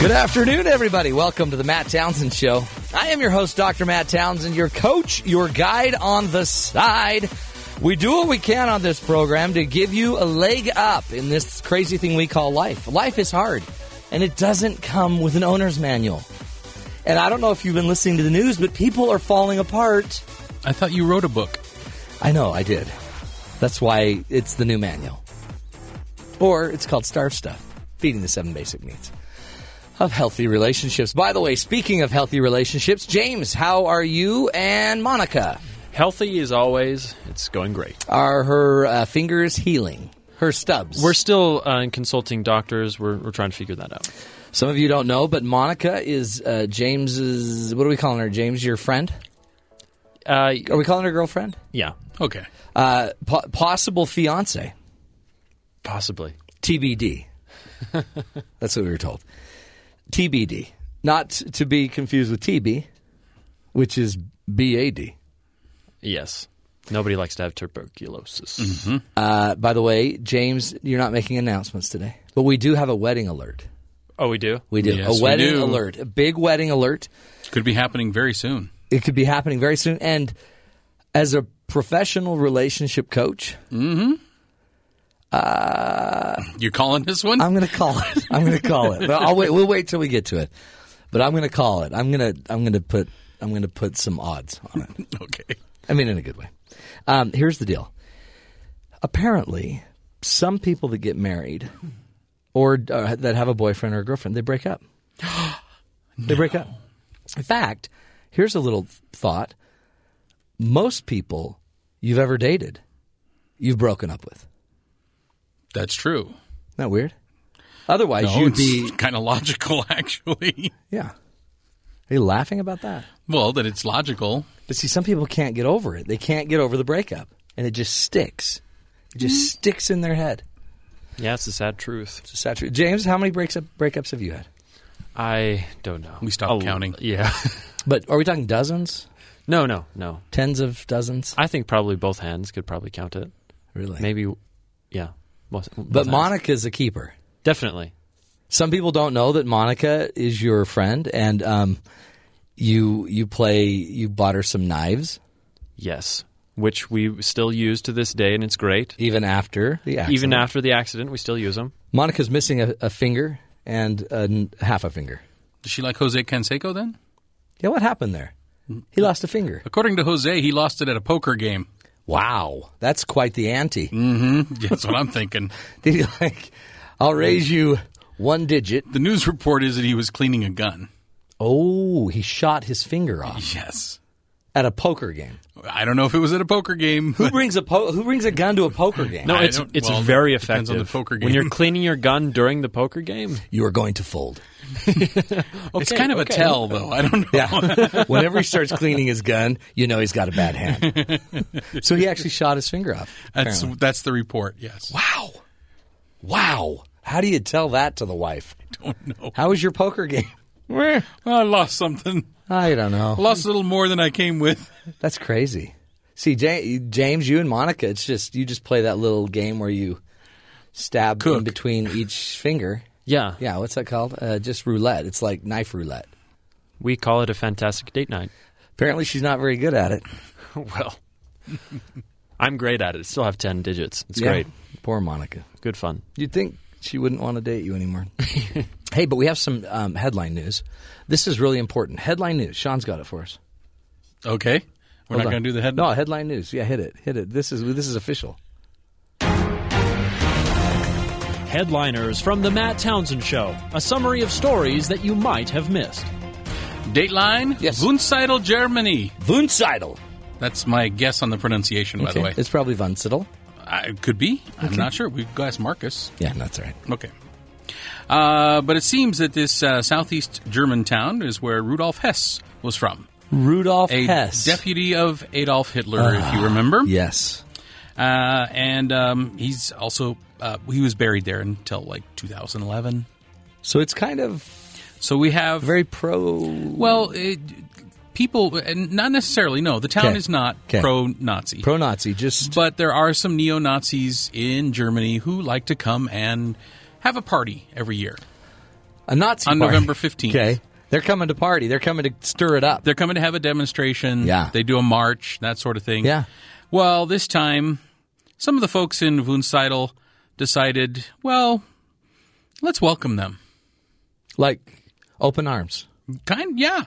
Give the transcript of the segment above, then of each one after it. Good afternoon, everybody. Welcome to the Matt Townsend Show. I am your host, Dr. Matt Townsend, your coach, your guide on the side. We do what we can on this program to give you a leg up in this crazy thing we call life. Life is hard, and it doesn't come with an owner's manual. And I don't know if you've been listening to the news, but people are falling apart. I thought you wrote a book. I know, I did. That's why it's the new manual. Or it's called Starve Stuff Feeding the Seven Basic Needs of Healthy Relationships. By the way, speaking of healthy relationships, James, how are you and Monica? Healthy as always. It's going great. Are her uh, fingers healing? Her stubs? We're still uh, consulting doctors. We're, we're trying to figure that out. Some of you don't know, but Monica is uh, James's. What are we calling her? James, your friend? Uh, Are we calling her girlfriend? yeah. Okay. Uh, po- possible fiance. Possibly. TBD. That's what we were told. TBD. Not to be confused with TB, which is BAD. Yes. Nobody likes to have tuberculosis. Uh, by the way, James, you're not making announcements today, but we do have a wedding alert. Oh, we do? We do Yes, a we wedding do. alert, a big wedding alert. Could be happening very soon. It could be happening very soon. And as a professional relationship coach, You calling this one? I'm going to call it. I'm going to call it. But I'll wait. We'll wait till we get to it. But I'm going to call it. I'm going to. I'm going to put. I'm going to put some odds on it. okay. I mean, in a good way. Um, here's the deal. Apparently, some people that get married or uh, that have a boyfriend or a girlfriend, they break up. They break up. In fact, here's a little thought. Most people you've ever dated, you've broken up with. Isn't That's true. that weird? Otherwise, No, you'd be. it's kind of logical, actually. Yeah. Are you laughing about that? Well, that it's logical. But see, some people can't get over it. They can't get over the breakup, and it just sticks. It just Mm-hmm. sticks in their head. Yeah, it's the sad truth. It's a sad truth. James, how many breaks up, breakups have you had? I don't know. We stopped A l- counting. Yeah. But are we talking dozens, no, no, no. tens of dozens? I think probably both hands could probably count it. Really? Maybe, yeah. Both- both But hands. Monica's a keeper. Definitely. Some people don't know that Monica is your friend, and um, you you play you bought her some knives Yes. Which we still use to this day, and it's great. even after the accident. Even after the accident, we still use them. Monica's missing a, a finger and a n half a finger. Is she like Jose Canseco then? Yeah, what happened there? He lost a finger. According to Jose, he lost it at a poker game. Wow, Mm. that's quite the ante. That's what I'm thinking. Did he like? I'll raise you one digit. The news report is that he was cleaning a gun. Oh, he shot his finger off Yes. at a poker game. I don't know if it was at a poker game. Who but brings a po- who brings a gun to a poker game? No, I it's don't- it's well, very effective. depends on the poker When game. you're cleaning your gun during the poker game, you are going to fold. it's kind of okay. a tell, though. I don't know. Yeah. Whenever he starts cleaning his gun, you know he's got a bad hand. so he actually shot his finger off. That's apparently. that's the report. Yes. wow, wow. How do you tell that to the wife? Oh no. How was your poker game? I I lost something. don't I know. lost a little more than I came with. That's crazy. See, Ja- James, you and Monica, it's just you just play that little game where you stab in Cook. between each finger. yeah, Yeah, what's that called? Uh, just roulette. It's like knife roulette. we call it a fantastic date night. Apparently, she's not very good at it. well, I'm great at it. Still have ten digits. It's Yeah. great. Poor Monica. Good fun. You'd think she wouldn't want to date you anymore. hey, but we have some um, headline news. This is really important. Headline news. Sean's got it for us. Okay. We're Hold not on. going to do the No, headline. headline news. Yeah, hit it. Hit it. This is this is official. Headliners from The Matt Townsend Show, a summary of stories that you might have missed. Dateline. Yes. Wunsiedel, Germany. Wunsiedel. That's my guess on the pronunciation, by the way. It's probably Wunsiedel. I, it could be. I'm not sure. We've got to ask Marcus. Yeah, that's all right. Okay. Uh, but it seems that this uh, southeast German town is where Rudolf Hess was from. Rudolf A Hess. Ah, deputy of Adolf Hitler, if you remember. yes. Uh, and um, he's also uh, he was buried there until like 2011. So it's kind of So we have very pro well it, people, and not necessarily. No, the town Okay. is not Okay. pro-Nazi, pro Nazi. Just but there are some neo Nazis in Germany who like to come and have a party every year. a Nazi on party. November 15th. Okay, they're coming to party. They're coming to stir it up. They're coming to have a demonstration. Yeah. they do a march, that sort of thing. Yeah. Well, this time, some of the folks in Wunsiedel decided, well, let's welcome them. like open arms. Kind, yeah.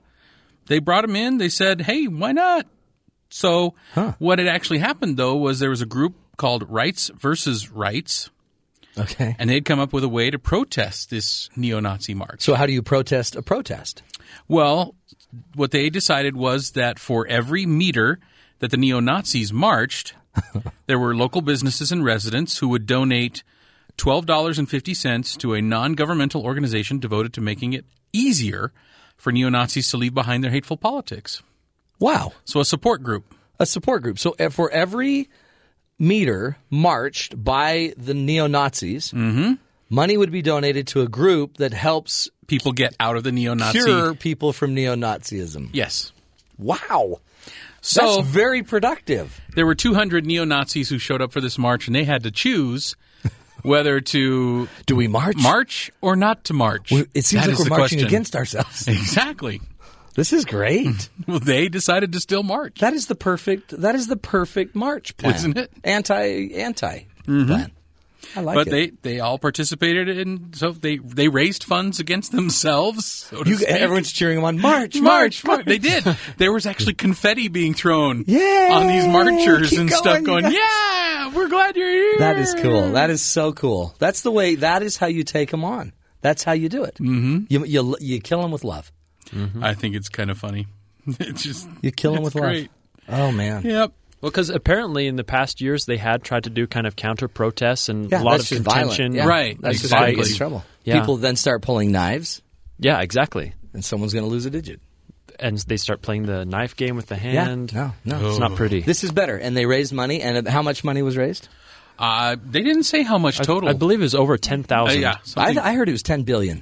They brought him in. They said, "Hey, why not?" So, what had actually happened though was there was a group called Rights versus Rights, Okay. and they'd come up with a way to protest this neo-Nazi march. So how do you protest a protest? Well, what they decided was that for every meter that the neo-Nazis marched, there were local businesses and residents who would donate $12.50 to a non-governmental organization devoted to making it easier for neo-Nazis to leave behind their hateful politics. Wow, So a support group. a support group. So eh, for every meter marched by the neo Nazis, money would be donated to a group that helps People get out of the neo-Nazi. cure people from neo Nazism. Yes. Wow, that's So very productive. there were 200 neo-Nazis who showed up for this march and they had to choose whether to Do we march? march or not to march. It seems like That is we're the marching question. against ourselves. Exactly. This is great. Well, they decided to still march. Mm-hmm. that is the perfect. That is the perfect march plan, Isn't it? Anti anti plan. I like But it. they, they all participated in so they they raised funds against themselves. So to You, speak. everyone's cheering them on. March, march, march, march. They did. There was actually confetti being thrown Yeah, on these marchers keep and going, stuff. Going, you guys. yeah, we're glad you're here. That is cool. That is so cool. That's the way. That is how you take them on. That's how you do it. Mm-hmm. You, you you kill them with love. I think it's kind of funny. It's just You kill them it's with great. love. Oh man. Yep. Well, because apparently in the past years they had tried to do kind of counter protests and Yeah, a lot that's of just contention. violent. Yeah. Right, That's just exactly. how you get in trouble. Yeah. People then start pulling knives, Yeah, exactly. and someone's going to lose a digit. And they start playing the knife game with the Yeah. hand. no. No. It's not pretty. This is better. And they raised money. And how much money was raised? Uh, they didn't say how much total. I believe it was over ten Uh, thousand. yeah. I, something- I heard it was ten billion.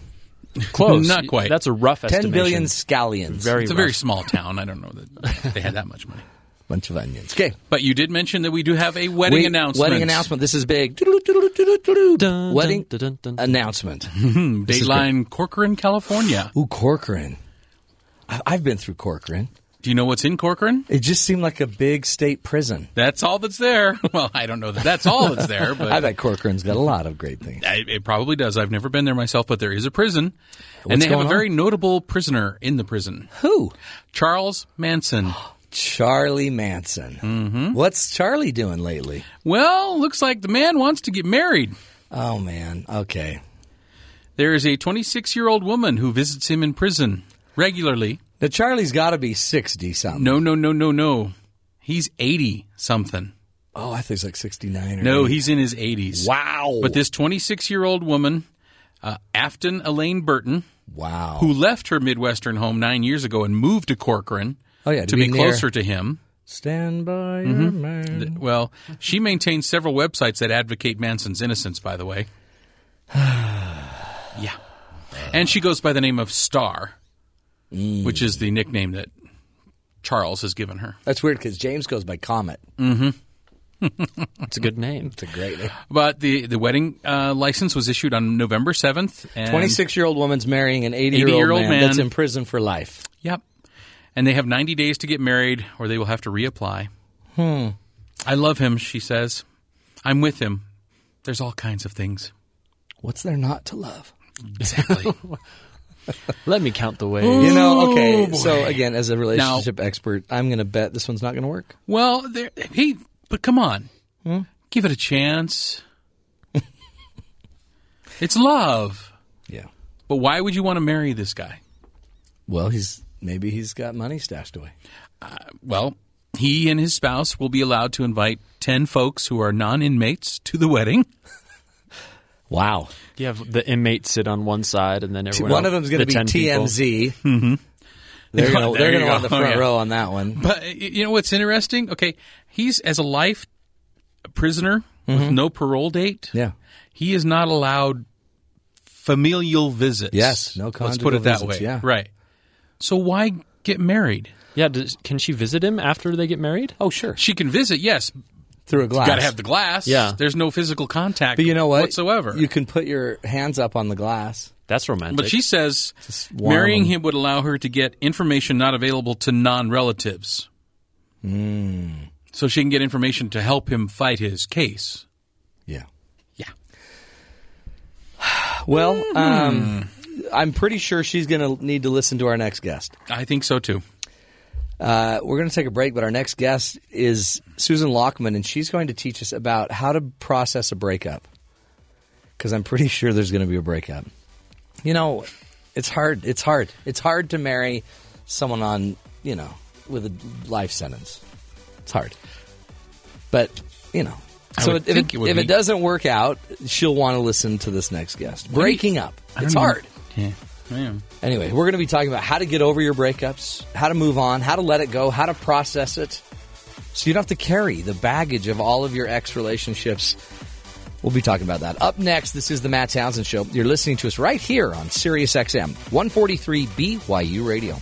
close. Not quite. That's a rough Ten estimation. billion scallions. Very it's a rough. very small town. I don't know that they had that much money. bunch of onions. Okay. But you did mention that we do have a wedding We- announcement. Wedding announcement. This is big. Doodle-doodle-doodle-doodle-doodle. Dun, wedding dun, dun, dun, dun. announcement. is Dateline Corcoran, California. Ooh, Corcoran. I- I've been through Corcoran. Do you know what's in Corcoran? It just seemed like a big state prison. That's all that's there. Well, I don't know that that's all that's there, but I bet Corcoran's got a lot of great things. I, it probably does. I've never been there myself, but there is a prison, and What's they have going a very on? notable prisoner in the prison, Who? Charles Manson. Charlie Manson. Mm-hmm. What's Charlie doing lately? Well, looks like the man wants to get married. Oh man. Okay. There is a 26-year-old woman who visits him in prison regularly. Now Charlie's got to be sixty something. No, no, no, no, no. He's 80 something. Oh, I think he's like sixty nine. or No, 80. he's in his 80s. Wow. But this 26-year-old woman, uh, Afton Elaine Burton, wow. who left her Midwestern home nine years ago and moved to Corcoran Oh, yeah, to to, be be, near- closer Mm-hmm. to him. Stand by your man. Well, she maintains several websites that advocate Manson's innocence, by the way. yeah. And she goes by the name of Star, Mm. which is the nickname that Charles has given her. That's weird because James goes by Comet. It's a good name. It's a great name. But the, the wedding uh, license was issued on November 7th. and- Twenty six year old woman's marrying an eighty year 80-year-old old man man. that's in prison for life. Yep. And they have 90 days to get married or they will have to reapply. Hmm. I love him, she says. I'm with him. There's all kinds of things. What's there not to love? Exactly. Let me count the ways. You know, okay. So again, as a relationship relationship expert, I'm going to bet this one's not going to work. well, there, he, but come on. Give it a chance. it's love. Yeah. But why would you want to marry this guy? Well, he's maybe he's got money stashed away. Well, he and his spouse will be allowed to invite 10 folks who are non inmates to the wedding. Wow. You have the inmates sit on one side, and then everyone. One of else- them's going the to be 10 people. TMZ. Mm-hmm. They're going to they're going There you to go. want the front Yeah. row on that one. But y- you know what's interesting? Okay, he's as a life prisoner with no parole date, Mm-hmm. Yeah. he is not allowed familial visits. Yes, no Let's put conjugal it that visits, way. yeah. Right. So why get married? Yeah, does, can she visit him after they get married? Oh, sure. She can visit, yes. Through a glass. Got to have the glass. Yeah. There's no physical contact. But you know what? Whatsoever. You can put your hands up on the glass. That's romantic. but she says warm marrying them. him would allow her to get information not available to non-relatives. Hmm. So she can get information to help him fight his case. Yeah. Yeah. Well, um, I'm pretty sure she's going to need to listen to our next guest. I think so too. Uh, we're going to take a break, but our next guest is Susan Lockman, and she's going to teach us about how to process a breakup. Because I'm pretty sure there's going to be a breakup. You know, it's hard. It's hard. It's hard to marry someone on, you know, with a life sentence. It's hard. But, you know. I So would if, it, think it would if be. it doesn't work out, she'll want to listen to this next guest. Breaking up. I don't It's know. hard. Yeah. Oh, Yeah. Anyway, we're going to be talking about how to get over your breakups, how to move on, how to let it go, how to process it. So you don't have to carry the baggage of all of your ex relationships. We'll be talking about that. Up next, this is the Matt Townsend Show. You're listening to us right here on Sirius XM 143 BYU Radio.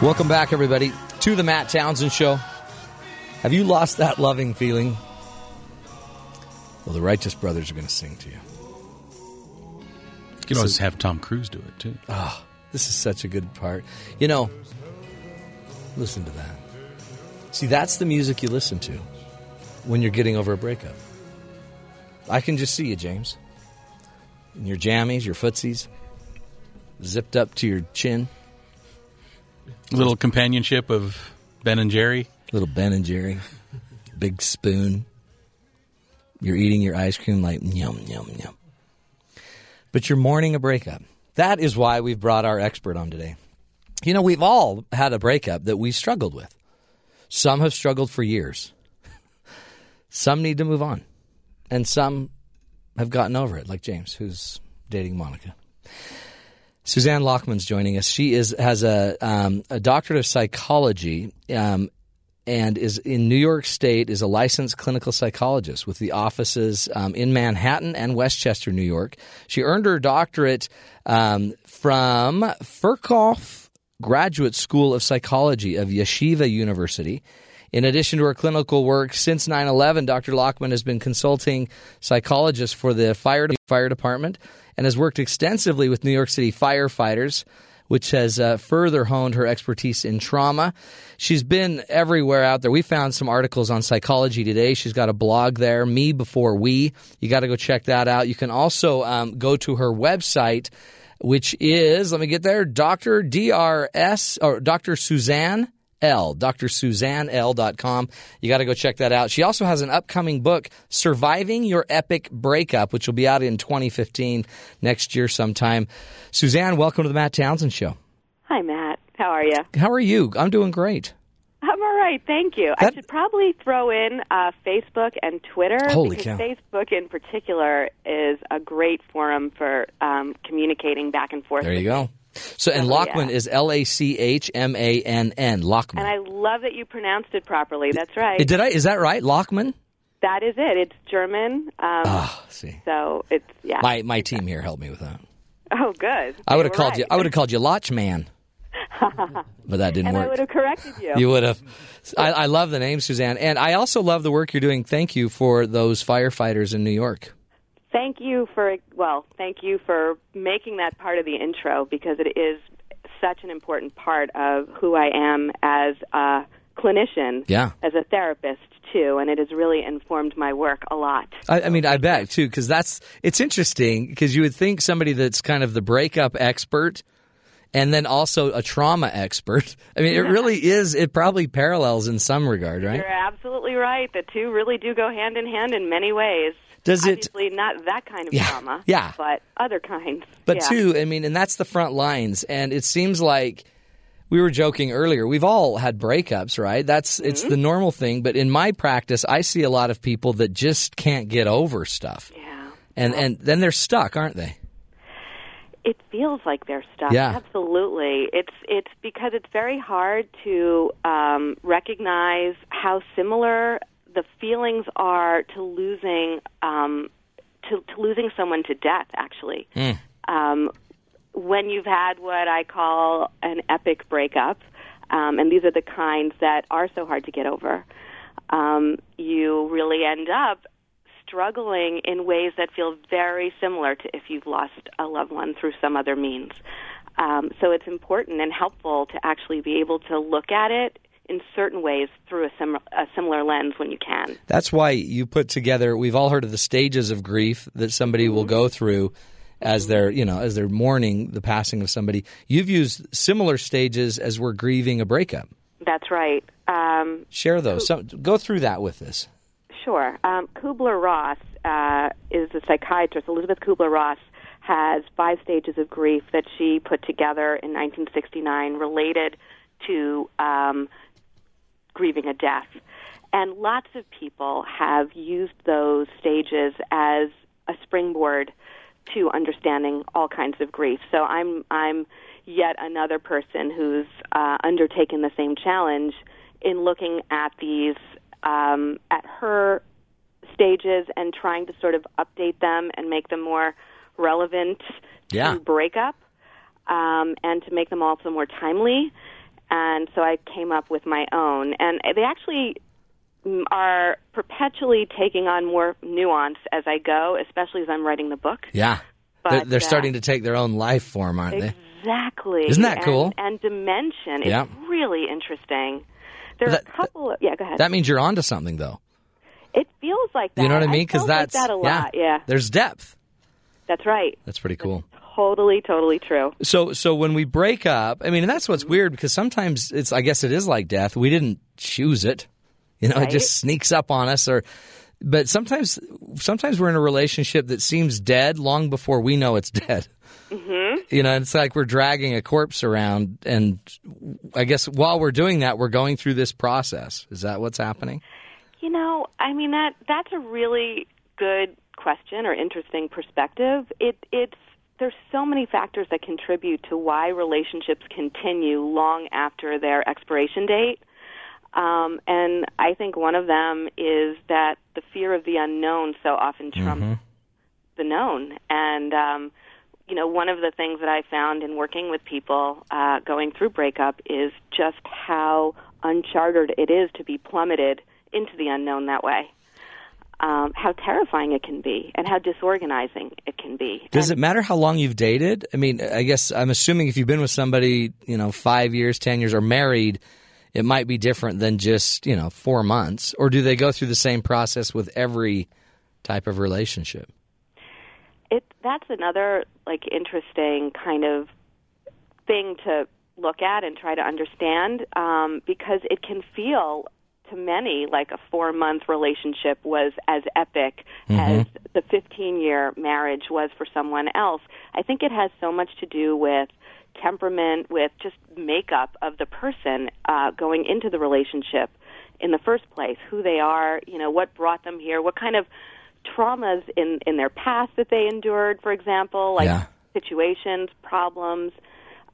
Welcome back, everybody, to the Matt Townsend Show. Have you lost that loving feeling? Well, the Righteous Brothers are going to sing to you. You could always have Tom Cruise do it too. Uh, This is such a good part. You know, listen to that. See, that's the music you listen to when you're getting over a breakup. I can just see you, James. In your jammies, your footsies, zipped up to your chin, Little companionship of Ben and Jerry. little Ben and Jerry, big spoon. You're eating your ice cream like yum, yum, yum. But you're mourning a breakup. That is why we've brought our expert on today. You know, we've all had a breakup that we struggled with. Some have struggled for years. Some need to move on. And some have gotten over it, like James, who's dating Monica. Suzanne Lockman's joining us. She is has a um, a doctorate of psychology um, and is in New York State. is a licensed clinical psychologist with the offices um, in Manhattan and Westchester, New York. She earned her doctorate um, from Furkoff Graduate School of Psychology of Yeshiva University. In addition to her clinical work, since 9 11, Dr. Lockman has been consulting psychologists for the fire, fire department and has worked extensively with New York City firefighters, which has uh, further honed her expertise in trauma. She's been everywhere out there. We found some articles on psychology today. She's got a blog there, Me Before We. You got to go check that out. You can also um, go to her website, which is, let me get there, Dr. DRS or Dr. Suzanne L, drsuzannel.com. You got to go check that out. She also has an upcoming book, Surviving Your Epic Breakup, which will be out in 2015 next year sometime. Suzanne, welcome to the Matt Townsend Show. Hi, Matt. How are you? How are you? I'm doing great. I'm all right, thank you. That- I should probably throw in uh, Facebook and Twitter Holy because cow. Facebook, in particular, is a great forum for um, communicating back and forth. There you go. So, and Lockman Oh, yeah. is L A C H M A N N, Lockman. And I love that you pronounced it properly. That's right. Did I? Is that right? Lockman? that is it. It's German. Um, Ah, see. so it's yeah. My, my team here helped me with that. oh, good. I would have They were called you. right. I would have called you Lochman, but that didn't and work. I would have corrected you. You would have. I, I love the name, Suzanne, and I also love the work you're doing. Thank you for those firefighters in New York. Thank you for well, thank you for making that part of the intro because it is such an important part of who I am as a clinician, Yeah. as a therapist too, and it has really informed my work a lot. I, I mean, I bet too, because that's it's interesting because you would think somebody that's kind of the breakup expert, and then also a trauma expert. I mean, it really is. It probably parallels in some regard, right? You're absolutely right. The two really do go hand in hand in many ways. Does it- Obviously, not that kind of Yeah, trauma, yeah. but other kinds. But yeah. two, I mean, and that's the front lines. And it seems like we were joking earlier. We've all had breakups, right? That's it's Mm-hmm. the normal thing. But in my practice, I see a lot of people that just can't get over stuff, Yeah. and and then they're stuck, aren't they? It feels like they're stuck. Yeah. Absolutely. It's it's because it's very hard to um, recognize how similar the feelings are to losing um, to, to losing someone to death. Actually, um, when you've had what I call an epic breakup, um, and these are the kinds that are so hard to get over, um, you really end up struggling in ways that feel very similar to if you've lost a loved one through some other means. Um, so it's important and helpful to actually be able to look at it in certain ways through a, sim- a similar lens when you can. That's why you put together. We've all heard of the stages of grief that somebody will Mm-hmm. go through as they're you know as they're mourning the passing of somebody. You've used similar stages as we're grieving a breakup. That's right. Um, Share those. So, go through that with us. Sure. Um, Kubler Ross uh, is a psychiatrist. Elizabeth Kubler Ross has five stages of grief that she put together in 1969 related to um, grieving a death. And lots of people have used those stages as a springboard to understanding all kinds of grief. So I'm I'm yet another person who's uh, undertaken the same challenge in looking at these um, at her stages and trying to sort of update them and make them more relevant Yeah. to breakup um, and to make them also more timely. And so I came up with my own. And they actually mm, are perpetually taking on more nuance as I go, especially as I'm writing the book. Yeah, they're, But, they're uh, starting to take their own life form, aren't they? Exactly. Isn't that And- cool? And dimension Yeah. is really interesting. There That- are a couple of. Yeah, go ahead. That means you're onto something, though. it feels like that. You know what I mean? Because that's like that a lot. Yeah. There's depth. That's right. That's pretty cool. Totally, totally true. So so when we break up, I mean, and that's what's weird because sometimes it's I guess it is like death. We didn't choose it. You know, it just sneaks up on us or but sometimes sometimes we're in a relationship that seems dead long before we know it's dead. Mm-hmm. You know, it's like we're dragging a corpse around and I guess while we're doing that, we're going through this process. Is that what's happening? You know, I mean that that's a really good question or interesting perspective. It it's there's so many factors that contribute to why relationships continue long after their expiration date. Um, and I think one of them is that the fear of the unknown so often trumps the known. And um, you know, one of the things that I found in working with people uh, going through breakup is just how uncharted it is to be plummeted into the unknown that way. Um, how terrifying it can be, and how disorganizing it can be. Does it matter how long you've dated? I mean, I guess I'm assuming if you've been with somebody, you know, five years, ten years, or married, it might be different than just you know four months. Or do they go through the same process with every type of relationship? it that's another like interesting kind of thing to look at and try to understand um, because it can feel to many like a four month relationship was as epic as the 15 year marriage was for someone else. I think it has so much to do with temperament, with just makeup of the person uh, going into the relationship in the first place, who they are, you know, what brought them here, what kind of traumas in in their past that they endured, for example, like Yeah. situations, problems.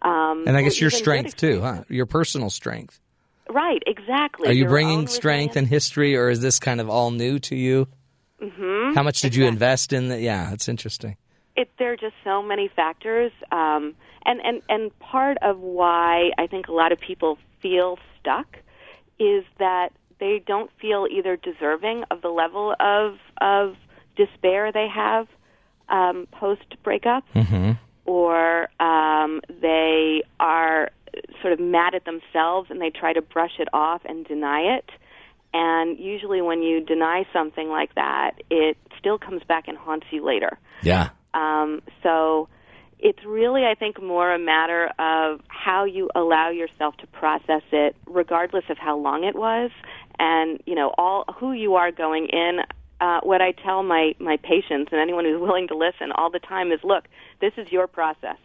Um, And I or guess your even good strength too, huh? Your personal strength. ex- Right, exactly. Are you Your bringing own strength resilience. and history, or is this kind of all new to you? Mm-hmm. How much did you invest in that? Yeah, it's interesting. It, there are just so many factors, um, and and and part of why I think a lot of people feel stuck is that they don't feel either deserving of the level of of despair they have um, post breakup, or um, they are sort of mad at themselves and they try to brush it off and deny it. And usually, when you deny something like that, it still comes back and haunts you later. Yeah. Um, so it's really, I think, more a matter of how you allow yourself to process it, regardless of how long it was, and you know all who you are going in. Uh, what I tell my my patients and anyone who's willing to listen all the time is, look, this is your process.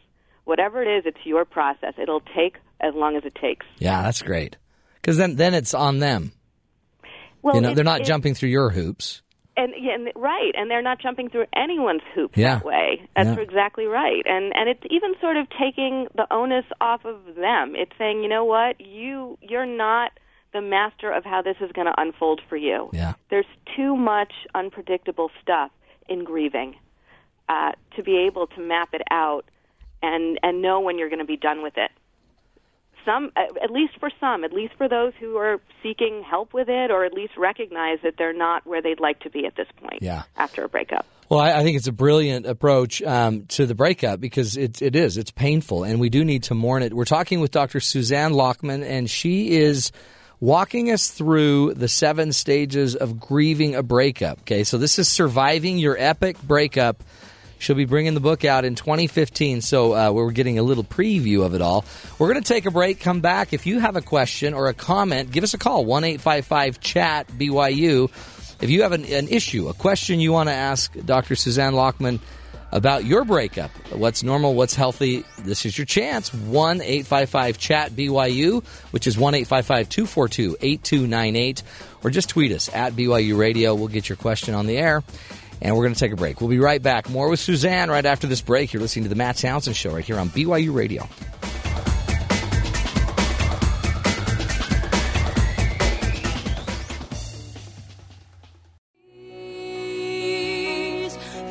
Whatever it is, it's your process. It'll take as long as it takes. Yeah, that's great. Because then, then it's on them. Well, you know, it- they're not it- jumping through your hoops. and, yeah, and right, and they're not jumping through anyone's hoops Yeah. that way. That's Yeah. exactly right, and and it's even sort of taking the onus off of them. It's saying, you know what, you you're not the master of how this is going to unfold for you. Yeah. There's too much unpredictable stuff in grieving uh, to be able to map it out and and know when you're going to be done with it some at at least for some at least for those who are seeking help with it or at least recognize that they're not where they'd like to be at this point Yeah. after a breakup Well, I, I think it's a brilliant approach um, to the breakup because it, it is. It's painful, and we do need to mourn it. We're talking with Dr. Suzanne Lockman, and she is walking us through the seven stages of grieving a breakup. Okay, so this is surviving your epic breakup. She'll be bringing the book out in 2015, so uh, we're getting a little preview of it all. We're going to take a break, come back. If you have a question or a comment, give us a call 1 855 Chat BYU. If you have an, an issue, a question you want to ask Dr. Suzanne Lockman about your breakup, what's normal, what's healthy, this is your chance. 1 855 Chat BYU, which is 1 855 242 8298, or just tweet us at BYU Radio. We'll get your question on the air. And we're going to take a break. We'll be right back. More with Suzanne right after this break. You're listening to the Matt Townsend Show right here on BYU Radio.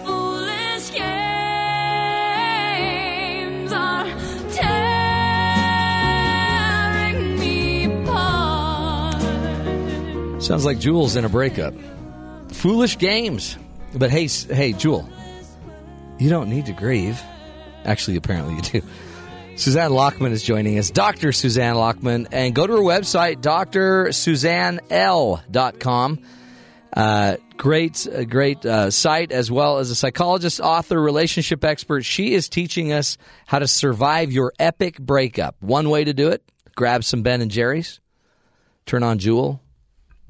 Foolish games are tearing me apart. Sounds like Jules in a breakup. Foolish games. But hey, s- hey, Jewel, you don't need to grieve. Actually, apparently you do. Suzanne Lockman is joining us, Dr. Suzanne Lockman, and go to her website, drsuzannel.com. Uh, great, uh, great uh, site, as well as a psychologist, author, relationship expert. She is teaching us how to survive your epic breakup. One way to do it grab some Ben and Jerry's, turn on Jewel,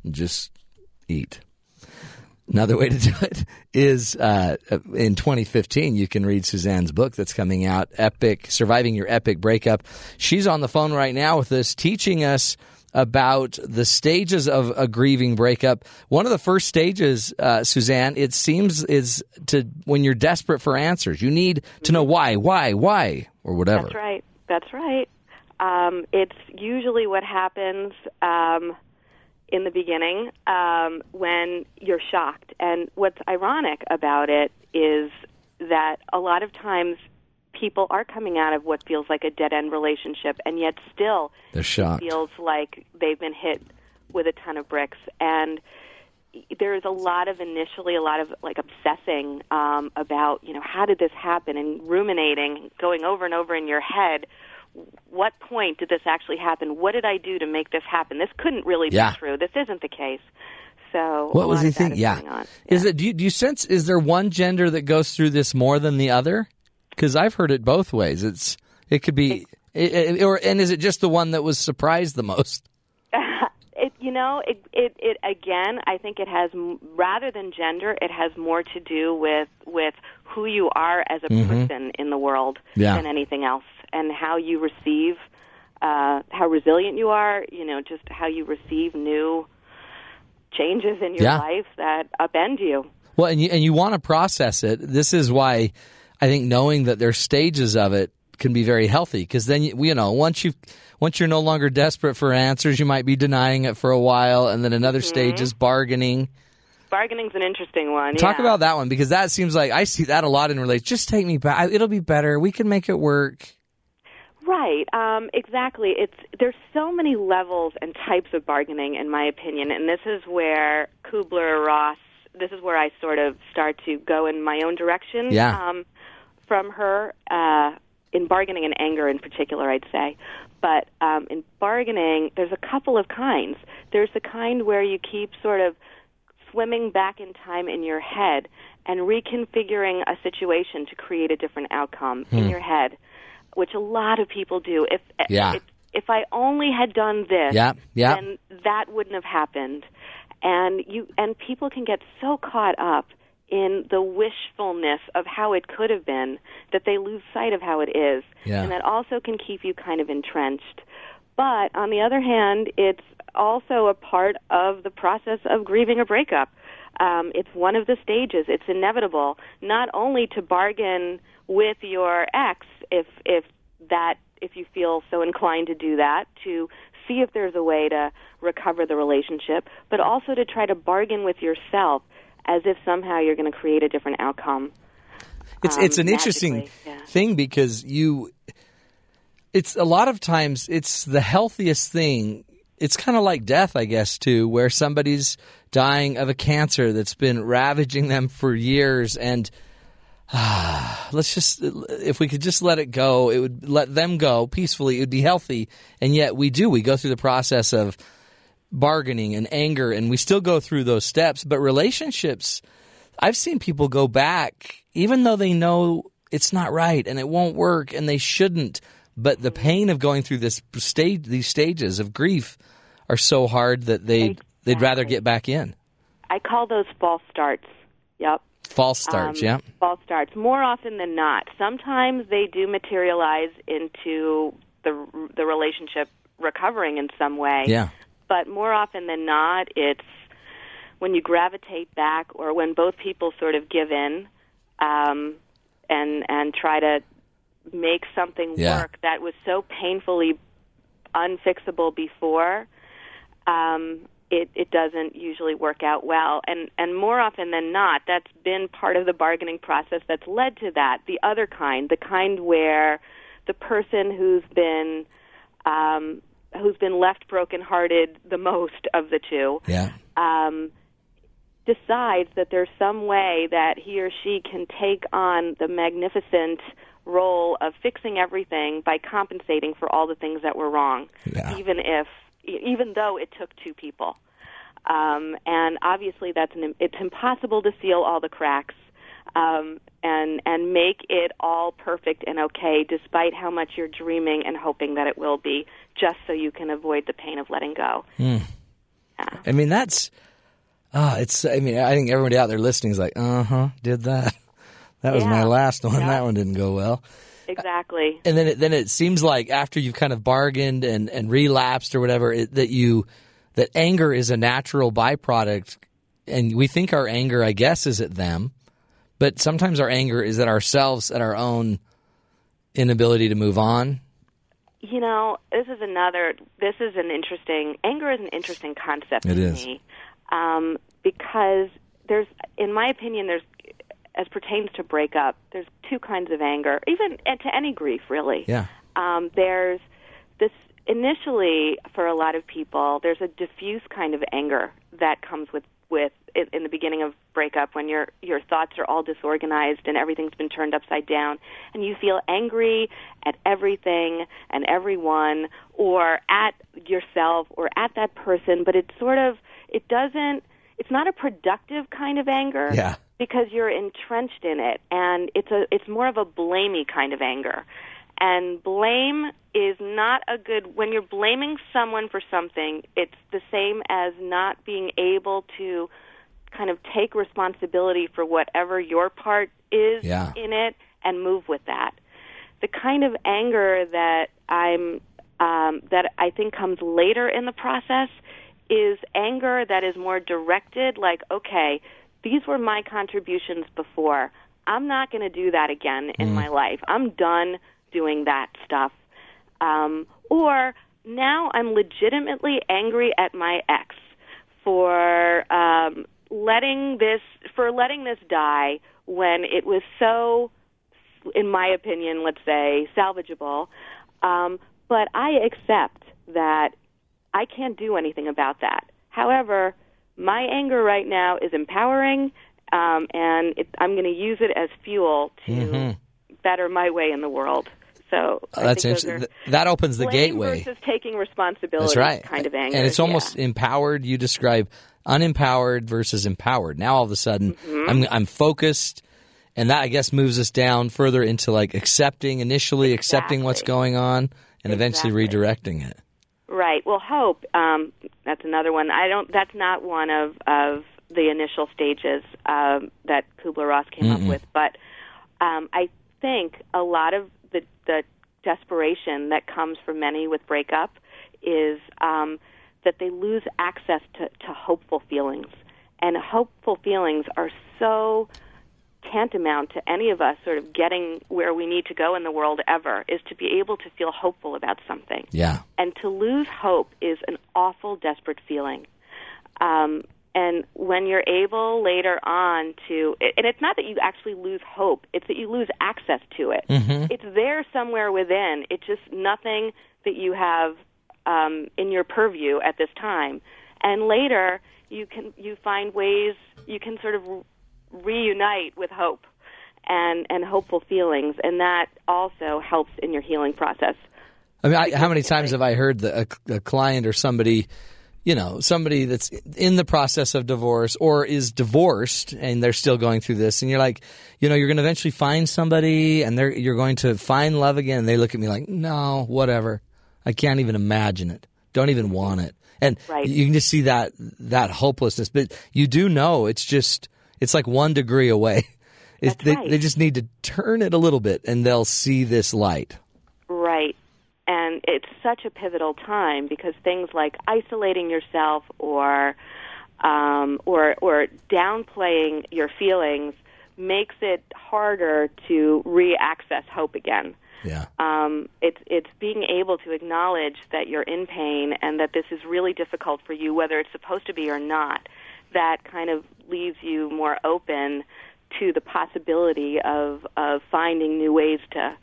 and just eat. Another way to do it is uh, in 2015, you can read Suzanne's book that's coming out, Epic Surviving Your Epic Breakup. She's on the phone right now with us, teaching us about the stages of a grieving breakup. One of the first stages, uh, Suzanne, it seems, is to when you're desperate for answers. You need to know why, why, why, or whatever. that's right that's right um, it's usually what happens um, in the beginning um, when you're shocked and what's ironic about it is that a lot of times people are coming out of what feels like a dead end relationship and yet still They're shocked. feels like they've been hit with a ton of bricks and there's a lot of initially a lot of like obsessing um, about you know how did this happen and ruminating going over and over in your head what point did this actually happen what did i do to make this happen this couldn't really Yeah. be true this isn't the case so What a was lot he of that thinking? is Yeah. going on. Is it do you, do you sense is there one gender that goes through this more than the other? Cuz I've heard it both ways. It's it could be it, it- or and is it just the one that was surprised the most? it you know it it it again i think it has m- rather than gender it has more to do with with who you are as a person in the world Mm-hmm. Yeah. than anything else and how you receive uh how resilient you are you know just how you receive new changes in your Yeah. life that upend you Well, and you, and you want to process it. This is why I think knowing that there's stages of it can be very healthy cuz then you, you know, once you once you're no longer desperate for answers, you might be denying it for a while and then another Mm-hmm. stage is bargaining. bargaining's an interesting one Talk yeah. about that one because that seems like I see that a lot in relationships. Just take me back. It'll be better. We can make it work. Right, um, exactly. It's there's so many levels and types of bargaining, in my opinion, and this is where Kubler Ross. This is where I sort of start to go in my own direction. Yeah. Um, from her uh, in bargaining and anger, in particular, I'd say. But um, in bargaining, there's a couple of kinds. There's the kind where you keep sort of swimming back in time in your head and reconfiguring a situation to create a different outcome Hmm. in your head, which a lot of people do. If Yeah. if, if I only had done this, Yeah, yeah. then that wouldn't have happened. And you and people can get so caught up in the wishfulness of how it could have been that they lose sight of how it is, Yeah. and that also can keep you kind of entrenched. But on the other hand, it's also a part of the process of grieving a breakup. Um, it's one of the stages. It's inevitable not only to bargain with your ex if if that if you feel so inclined to do that to see if there's a way to recover the relationship, but also to try to bargain with yourself as if somehow you're going to create a different outcome. It's um, it's an interesting magically, yeah. thing because you it's a lot of times it's the healthiest thing. It's kind of like death, I guess, too, where somebody's dying of a cancer that's been ravaging them for years and let's just if we could just let it go it would let them go peacefully it would be healthy and yet we do we go through the process of bargaining and anger and we still go through those steps but relationships i've seen people go back even though they know it's not right and it won't work and they shouldn't but the pain of going through this stage these stages of grief are so hard that they they'd rather get back in I call those false starts. Yep. false starts um, yeah False starts. More often than not, sometimes they do materialize into the the relationship recovering in some way. yeah But more often than not, it's when you gravitate back or when both people sort of give in um, and and try to make something Yeah. work that was so painfully unfixable before um, it, it doesn't usually work out well. And, and more often than not, that's been part of the bargaining process that's led to that. The other kind, the kind where the person who's been um, who's been left brokenhearted the most of the two yeah um, decides that there's some way that he or she can take on the magnificent role of fixing everything by compensating for all the things that were wrong, Yeah. even if e- even though it took two people. Um, and obviously, that's an, it's impossible to seal all the cracks. Um, and and make it all perfect and okay, despite how much you're dreaming and hoping that it will be, just so you can avoid the pain of letting go. I mean, that's ah, it's. I mean, I think everybody out there listening is like, uh huh, did that. That was my Yeah. last one. Yeah. That one didn't go well. Exactly. And then, it, then it seems like after you've kind of bargained and and relapsed or whatever, it, that you that anger is a natural byproduct, and we think our anger, I guess, is at them, but sometimes our anger is at ourselves, at our own inability to move on. You know, this is another. This is an interesting. Anger is an interesting concept It to is. me um, because there's, in my opinion, there's, as pertains to breakup, there's two kinds of anger, even and to any grief, really. Yeah. Um, there's this initially for a lot of people. There's a diffuse kind of anger that comes with with in, in the beginning of breakup when your your thoughts are all disorganized and everything's been turned upside down, and you feel angry at everything and everyone, or at yourself, or at that person. But it's sort of it doesn't. It's not a productive kind of anger Yeah. because you're entrenched in it and it's a it's more of a blamey kind of anger and blame is not a good when you're blaming someone for something it's the same as not being able to kind of take responsibility for whatever your part is Yeah. in it and move with that the kind of anger that i'm um, that i think comes later in the process is anger that is more directed like okay these were my contributions before i'm not going to do that again in my life i'm done doing that stuff um, or now i'm legitimately angry at my ex for um, letting this for letting this die when it was so in my opinion, let's say, salvageable. Um, but I accept that I can't do anything about that. However, my anger right now is empowering, um, and it, I'm going to use it as fuel to better my way in the world. So I Mm-hmm. That's think those interesting. are Th- That opens the blame gateway. versus taking responsibility. That's right. Kind of anger, And it's almost yeah. empowered. You describe unempowered versus empowered. Now all of a sudden, Mm-hmm. I'm I'm focused, and that I guess moves us down further into like accepting initially, accepting what's Exactly. going on, and eventually Exactly. redirecting it. Right. Well, hope. Um, that's another one. I don't. That's not one of of the initial stages um, that Kubler Ross came up with. But um, I think a lot of the the desperation that comes from many with breakup is um, that they lose access to, to hopeful feelings. And hopeful feelings are so tantamount to any of us sort of getting where we need to go in the world ever is to be able to feel hopeful about something. Yeah. And to lose hope is an awful, desperate feeling. Um, and when you're able later on to, and it's not that you actually lose hope, it's that you lose access to it. It's there somewhere within. It's just nothing that you have um, in your purview at this time. And later, you can you find ways you can sort of reunite with hope and and hopeful feelings, and that also helps in your healing process. I mean, I, how many times have I heard that a, a client or somebody, you know, somebody that's in the process of divorce or is divorced and they're still going through this, and you're like, you know, you're going to eventually find somebody, and they're you're going to find love again. And they look at me like, no, whatever, I can't even imagine it. Don't even want it. And Right. you can just see that that hopelessness. But you do know it's just it's like one degree away. It's, That's they, right. they just need to turn it a little bit, and they'll see this light. Right. And it's such a pivotal time because things like isolating yourself or um, or or downplaying your feelings makes it harder to re-access hope again. Yeah. Um, it's it's being able to acknowledge that you're in pain and that this is really difficult for you, whether it's supposed to be or not. That kind of leaves you more open to the possibility of of finding new ways to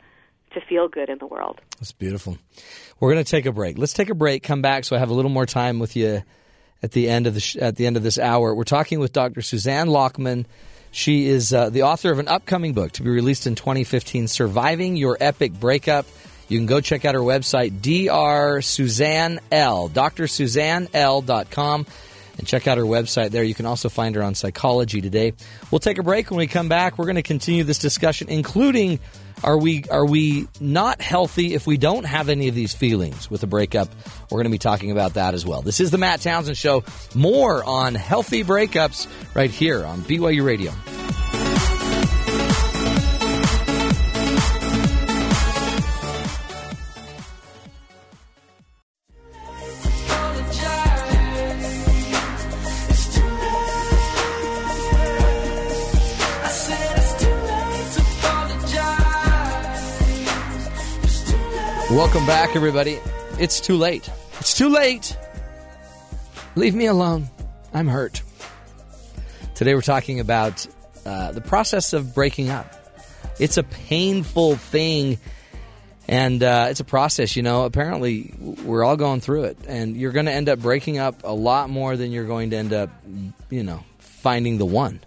to feel good in the world. That's beautiful. We're going to take a break. Let's take a break. Come back so I have a little more time with you at the end of the sh- at the end of this hour. We're talking with Dr. Suzanne Lockman. She is uh, the author of an upcoming book to be released in 2015, "Surviving Your Epic Breakup." You can go check out her website, Dr. Suzanne L. drsuzannel.com and check out her website there. You can also find her on Psychology Today. We'll take a break. When we come back, we're going to continue this discussion, including are we are we not healthy if we don't have any of these feelings with a breakup? We're going to be talking about that as well. This is the Matt Townsend Show. More on healthy breakups right here on BYU Radio. Welcome back, everybody. It's too late. It's too late. Leave me alone. I'm hurt. Today we're talking about uh, the process of breaking up. It's a painful thing, and uh, it's a process. You know, apparently we're all going through it, and you're going to end up breaking up a lot more than you're going to end up, you know, finding the one,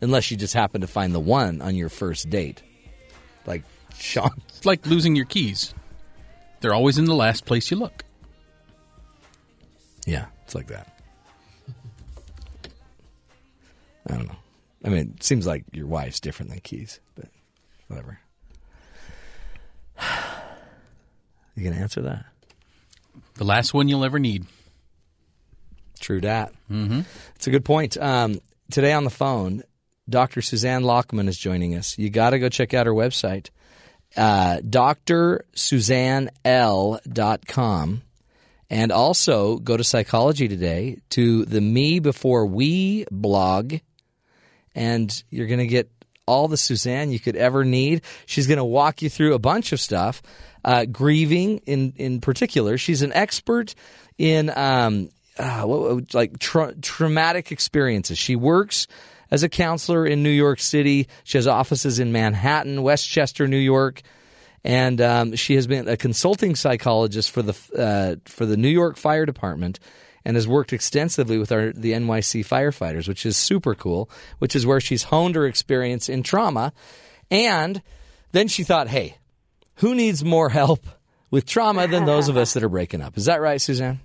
unless you just happen to find the one on your first date, like Sean. It's like losing your keys. They're always in the last place you look. Yeah, it's like that. I don't know. I mean, it seems like your wife's different than Keys, but whatever. You gonna answer that? The last one you'll ever need. True dat. Mm-hmm. It's a good point. Um, today on the phone, Dr. Suzanne Lockman is joining us. You got to go check out her website, uh, drsuzannel.com. And also go to Psychology Today to the Me Before We blog, and you're going to get all the Suzanne you could ever need. She's going to walk you through a bunch of stuff, uh, grieving in in particular. She's an expert in um, uh, what, like tra- traumatic experiences. She works as a counselor in New York City. She has offices in Manhattan, Westchester, New York and um, she has been a consulting psychologist for the uh, for the New York Fire Department and has worked extensively with our, the NYC firefighters, which is super cool. Which is where she's honed her experience in trauma, and then she thought, hey, who needs more help with trauma than those of us that are breaking up? Is that right, Suzanne?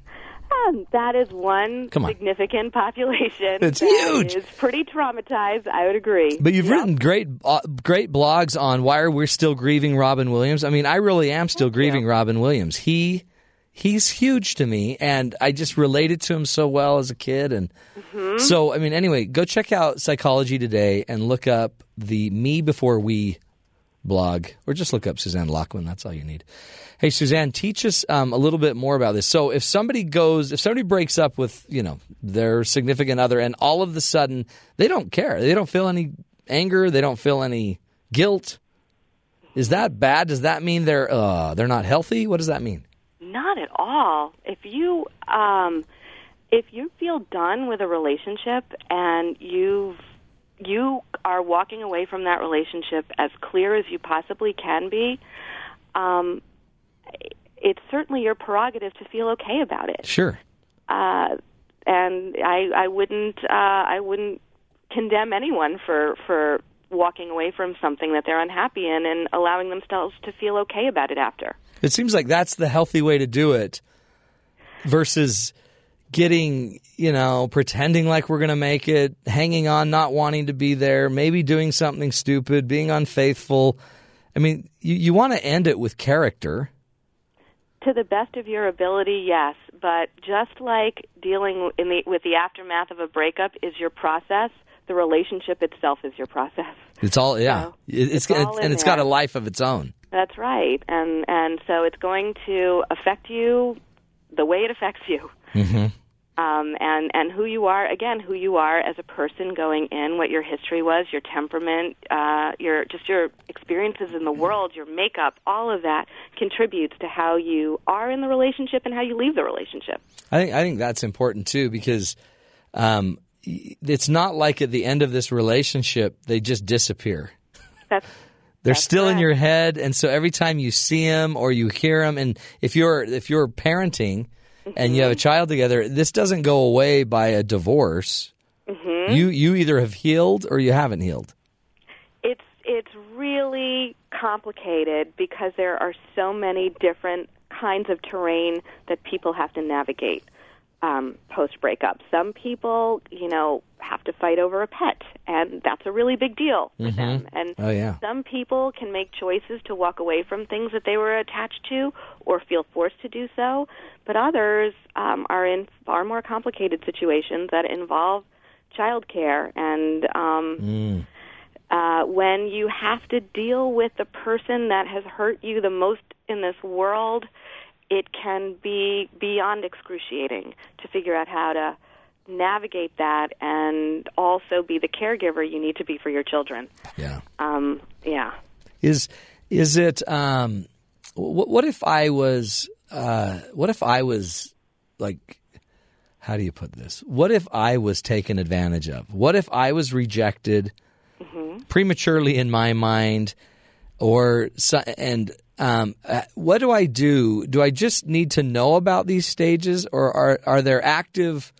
Um, that is one Come on. significant population. It's that huge. is pretty traumatized. I would agree. But you've written great, uh, great blogs on why are we still grieving Robin Williams. I mean, I really am still grieving Robin Williams. He, he's huge to me, and I just related to him so well as a kid. And so, I mean, anyway, go check out Psychology Today and look up the Me Before We blog, or just look up Suzanne Lockman. That's all you need. Hey, Suzanne, teach us um, a little bit more about this. So, if somebody goes, if somebody breaks up with you know their significant other, and all of the sudden they don't care, they don't feel any anger, they don't feel any guilt. Is that bad? Does that mean they're uh, they're not healthy? What does that mean? Not at all. If you um, if you feel done with a relationship and you've you are walking away from that relationship as clear as you possibly can be, um, it's certainly your prerogative to feel okay about it. Sure. Uh, and I, I wouldn't uh, I wouldn't condemn anyone for for walking away from something that they're unhappy in and allowing themselves to feel okay about it after. It seems like that's the healthy way to do it versus getting, you know, pretending like we're going to make it, hanging on, not wanting to be there, maybe doing something stupid, being unfaithful. I mean, you, you want to end it with character. To the best of your ability, yes, but just like dealing in the, with the aftermath of a breakup is your process, the relationship itself is your process. It's all, yeah. No, It- it's, it's all in and it's got a there. life of its own. That's right, and and so it's going to affect you the way it affects you, mm-hmm. um, and and who you are again, who you are as a person going in, what your history was, your temperament, uh, your just your experiences in the world, your makeup, all of that contributes to how you are in the relationship and how you leave the relationship. I think I think that's important too because um, y- it's not like at the end of this relationship they just disappear. That's They're That's still in correct. your head, and so every time you see them or you hear them, and if you're if you're parenting and Mm-hmm. you have a child together, this doesn't go away by a divorce. Mm-hmm. You you either have healed or you haven't healed. it's it's really complicated because there are so many different kinds of terrain that people have to navigate um, post breakup. Some people, you know, have to fight over a pet, and that's a really big deal for them. And Oh, yeah. some people can make choices to walk away from things that they were attached to or feel forced to do so, but others um, are in far more complicated situations that involve childcare and um, uh, when you have to deal with the person that has hurt you the most in this world, it can be beyond excruciating to figure out how to navigate that and also be the caregiver you need to be for your children. Yeah. Um, yeah. Is is it? Um, what, what if I was? Uh, what if I was like? How do you put this? What if I was taken advantage of? What if I was rejected prematurely in my mind, or so- and um, uh, what do I do? Do I just need to know about these stages, or are are there active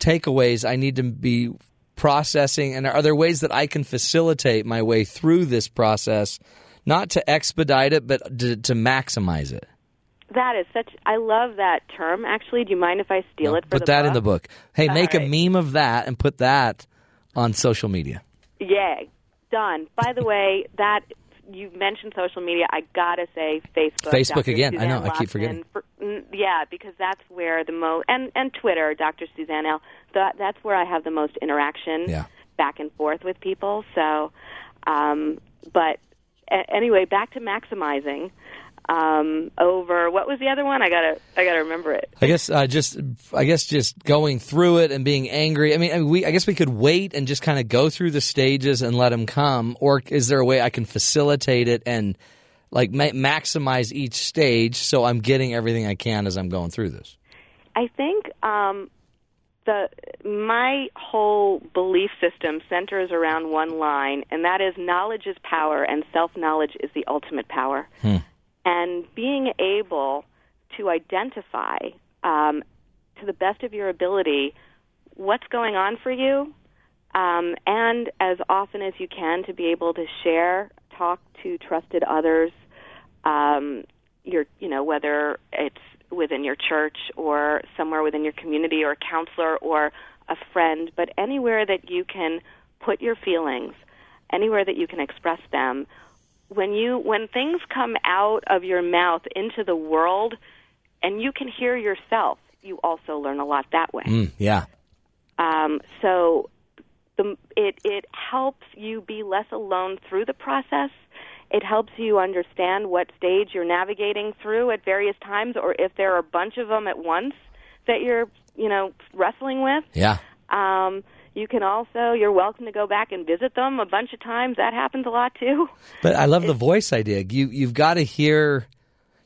takeaways I need to be processing? And are there ways that I can facilitate my way through this process, not to expedite it, but to, to maximize it? That is such. I love that term. Actually, do you mind if I steal it? For put the that book? in the book. Hey, make right. a meme of that and put that on social media. Yay. Done. By the way, that you mentioned social media. I gotta say Facebook. Facebook Dr. again. I Suzanne know, I keep Lockman. forgetting. For- mm, yeah, because that's where the most and and Twitter, Dr. Suzanne L. That, that's where I have the most interaction Yeah. back and forth with people. So, um, but a- anyway, back to maximizing um, over what was the other one? I gotta I gotta remember it. I guess uh, just I guess just going through it and being angry. I mean, I mean, we I guess we could wait and just kind of go through the stages and let them come. Or is there a way I can facilitate it and like ma- maximize each stage so I'm getting everything I can as I'm going through this? I think um, the my whole belief system centers around one line, and that is knowledge is power, and self knowledge is the ultimate power. And being able to identify, um, to the best of your ability, what's going on for you, um, and as often as you can, to be able to share, talk to trusted others um, your you know whether it's within your church or somewhere within your community or a counselor or a friend, but anywhere that you can put your feelings, anywhere that you can express them. When you when things come out of your mouth into the world, and you can hear yourself, you also learn a lot that way. Mm, yeah, Um, so the, it it helps you be less alone through the process. It helps you understand what stage you're navigating through at various times, or if there are a bunch of them at once that you're, you know, wrestling with. Yeah. Um, you can also, you're welcome to go back and visit them a bunch of times. That happens a lot too. But I love the voice idea. You you've got to hear,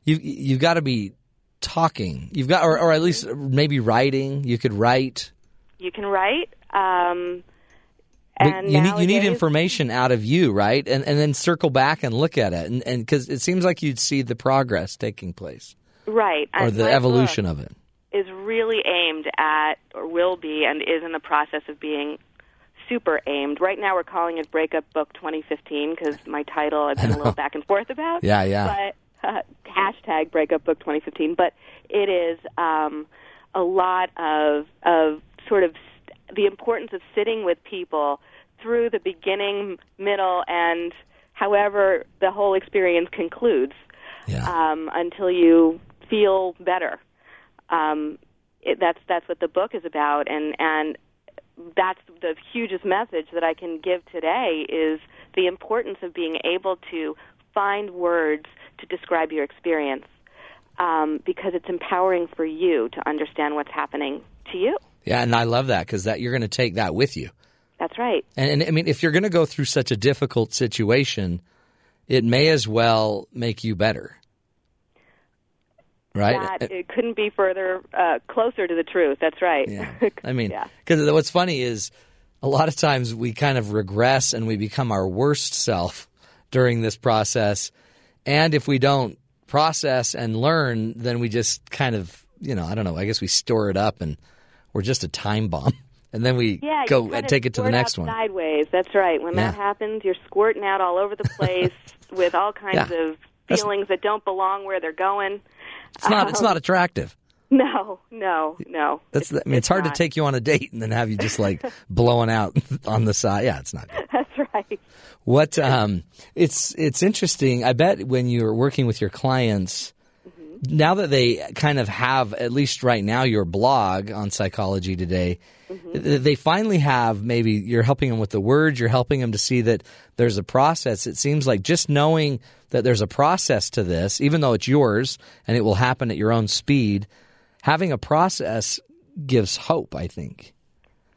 you you've got to be talking. You've got, or, or at least maybe writing. You could write. You can write. Um, But and you need you need nowadays- information out of you, right? And and then circle back and look at it, and because it seems like you'd see the progress taking place Right. or And the my evolution book of it. is really aimed at, or will be, and is in the process of being super aimed. Right now, we're calling it Breakup Book 2015 because my title I've been a little back and forth about. Yeah, yeah. But uh, hashtag Breakup Book 2015. But it is um, a lot of of sort of st- the importance of sitting with people through the beginning, middle, and however the whole experience concludes Yeah. um, until you feel better. Um, it, that's that's what the book is about, and and that's the hugest message that I can give today is the importance of being able to find words to describe your experience um, because it's empowering for you to understand what's happening to you. Yeah, and I love that because that you're going to take that with you. That's right. And, and I mean, if you're going to go through such a difficult situation, it may as well make you better, right? That it couldn't be further uh, closer to the truth. That's right. Yeah. I mean, Yeah. because what's funny is a lot of times we kind of regress and we become our worst self during this process. And if we don't process and learn, then we just kind of, you know, I don't know, I guess we store it up and we're just a time bomb. And then we Yeah, you go kinda and take it to the squirt next out one. Sideways. That's right. When that Yeah. happens, you're squirting out all over the place with all kinds Yeah. of That's- feelings that don't belong where they're going. It's not, it's not attractive. No, no, no. That's I mean, it's hard not. to take you on a date and then have you just like blowing out on the side. Yeah, it's not good. That's right. What um, it's it's interesting. I bet when you're working with your clients, now that they kind of have at least right now your blog on psychology today, th- they finally have maybe you're helping them with the words, you're helping them to see that there's a process. It seems like just knowing that there's a process to this, even though it's yours and it will happen at your own speed, having a process gives hope. I think.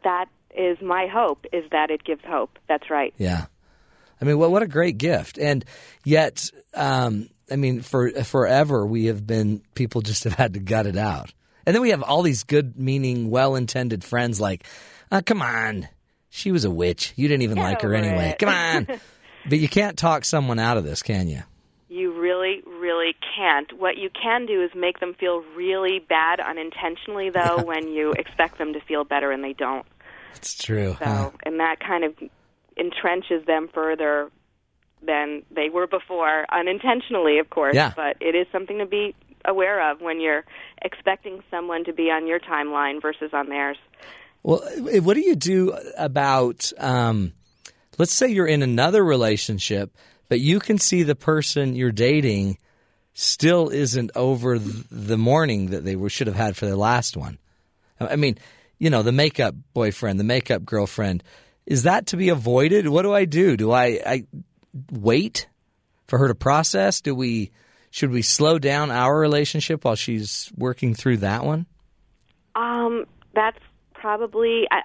That is my hope. Is that it gives hope. That's right. Yeah. I mean, what what a great gift, and yet, um, I mean, for forever we have been people just have had to gut it out, and then we have all these good-meaning, well-intended friends like, oh, "Come on, she was a witch. You didn't even like her over anyway. it." Come on." but you can't talk someone out of this, can you? You really, really can't. What you can do is make them feel really bad unintentionally, though, when you expect them to feel better and they don't. It's true. So, huh? and that kind of entrenches them further than they were before, unintentionally, of course. Yeah. But it is something to be aware of when you're expecting someone to be on your timeline versus on theirs. Well, eh, what do you do about, um, let's say you're in another relationship, but you can see the person you're dating still isn't over th- the morning that they were, should have had for their last one? I I mean, you know, the makeup boyfriend, the makeup girlfriend. Is that to be avoided? What do I do? Do I, I wait for her to process? Do we, should we slow down our relationship while she's working through that one? Um, that's probably. I,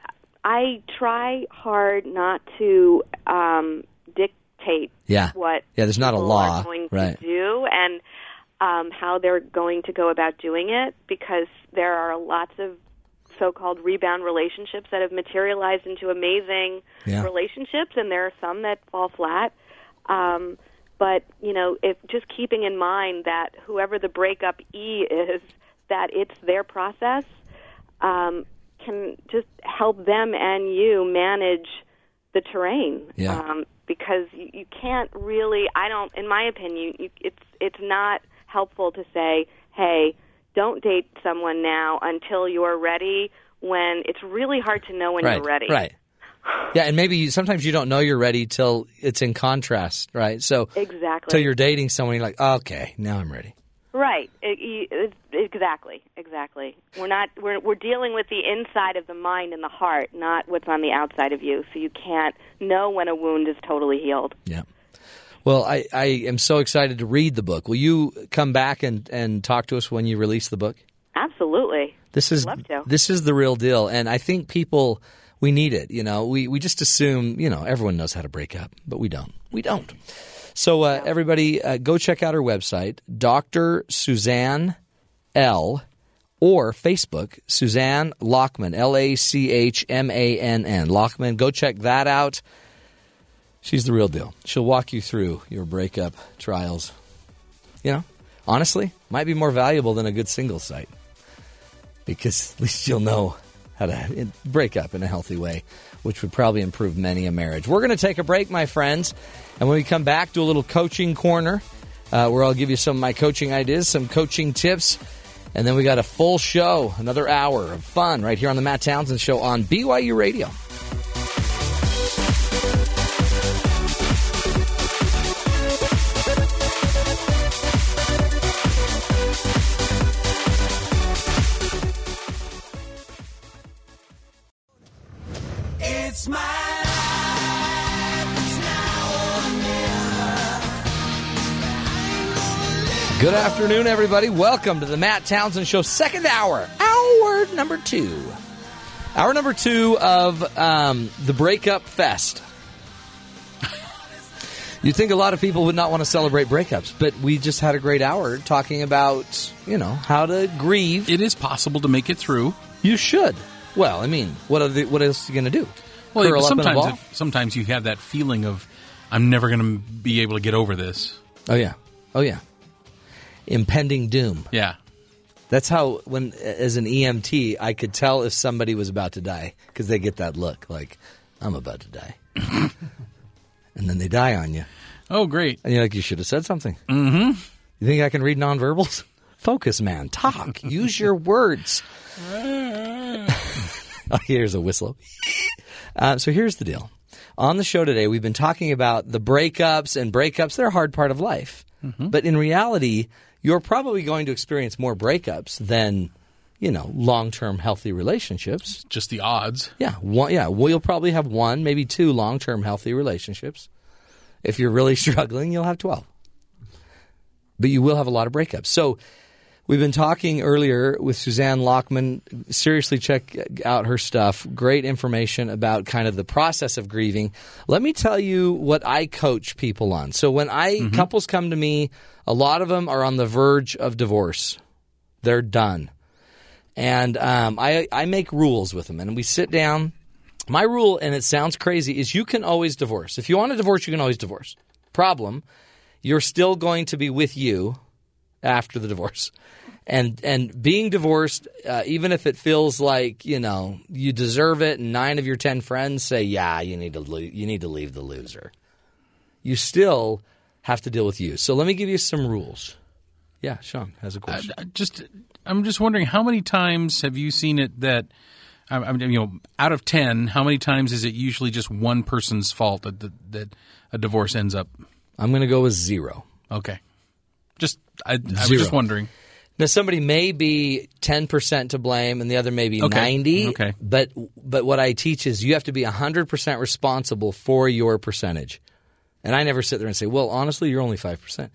I try hard not to um, dictate Yeah. what Yeah, there's not a people law, are going right. to do and um, how they're going to go about doing it because there are lots of so-called rebound relationships that have materialized into amazing Yeah. relationships, and there are some that fall flat. Um, but you know, if just keeping in mind that whoever the breakup E is, that it's their process, um, can just help them and you manage the terrain. Yeah. Um, because you, you can't really, I don't, in my opinion, you, it's it's not helpful to say, hey, don't date someone now until you're ready. When it's really hard to know when right, you're ready. Right. Yeah, and maybe you, sometimes you don't know you're ready till it's in contrast, right? So Exactly. till you're dating someone, you're like, okay, now I'm ready. Right. It, you- it's- exactly. Exactly. We're not. We're we're dealing with the inside of the mind and the heart, not what's on the outside of you. So you can't know when a wound is totally healed. Yeah. Well, I, I am so excited to read the book. Will you come back and, and talk to us when you release the book? Absolutely. This is Love to. this is the real deal, and I think people we need it. You know, we we just assume you know everyone knows how to break up, but we don't. We don't. So uh, everybody, uh, go check out her website, Doctor Suzanne L, or Facebook Suzanne Lockman L A C H M A N N Lockman. Go check that out. She's the real deal. She'll walk you through your breakup trials. You know, honestly, might be more valuable than a good single site because at least you'll know how to break up in a healthy way, which would probably improve many a marriage. We're going to take a break, my friends, and when we come back, do a little coaching corner uh, where I'll give you some of my coaching ideas, some coaching tips, and then we got a full show, another hour of fun right here on the Matt Townsend Show on BYU Radio. It's my life. It's now or Good afternoon, everybody. Welcome to the Matt Townsend Show, second hour, hour number two. Hour number two of um, the Breakup Fest. You'd think a lot of people would not want to celebrate breakups, but we just had a great hour talking about, you know, how to grieve. It is possible to make it through. You should. Well, I mean, what are the, what else are you going to do? Well, Curl up in a sometimes ball? if- sometimes you have that feeling of I'm never going to be able to get over this. oh yeah, oh yeah, impending doom. Yeah. That's how when as an EMT, I could tell if somebody was about to die because they get that look like I'm about to die, and then they die on you, Oh, great. and you're like, you should have said something. Mm-hmm. You think I can read nonverbals? Focus, man. Talk. Use your words. Oh, here's a whistle. Uh, so here's the deal. On the show today, we've been talking about the breakups and breakups. They're a hard part of life. But in reality, you're probably going to experience more breakups than, you know, long term healthy relationships. Just the odds. Yeah. One, yeah. Well, you'll probably have one, maybe two long term healthy relationships. If you're really struggling, you'll have 12. But you will have a lot of breakups. So we've been talking earlier with Suzanne Lockman. Seriously, check out her stuff. Great information about kind of the process of grieving. Let me tell you what I coach people on. So when I couples come to me, a lot of them are on the verge of divorce. They're done and um, I I make rules with them, and we sit down. My rule, and it sounds crazy, is you can always divorce. If you want to divorce, you can always divorce. Problem, you're still going to be with you after the divorce, and and being divorced, uh, even if it feels like you know you deserve it, and nine of your ten friends say, yeah, you need to lo- you need to leave the loser. You still have to deal with you. So let me give you some rules. Yeah, Sean has a question. I just I'm just wondering how many times have you seen it that I, I mean, you know out of ten how many times is it usually just one person's fault that that, that a divorce ends up I'm going to go with zero. okay just I, I was Zero. just wondering Now somebody may be ten percent to blame, and the other may be Okay. ninety. Okay. But but what I teach is you have to be hundred percent responsible for your percentage. And I never sit there and say, "Well, honestly, you're only five percent."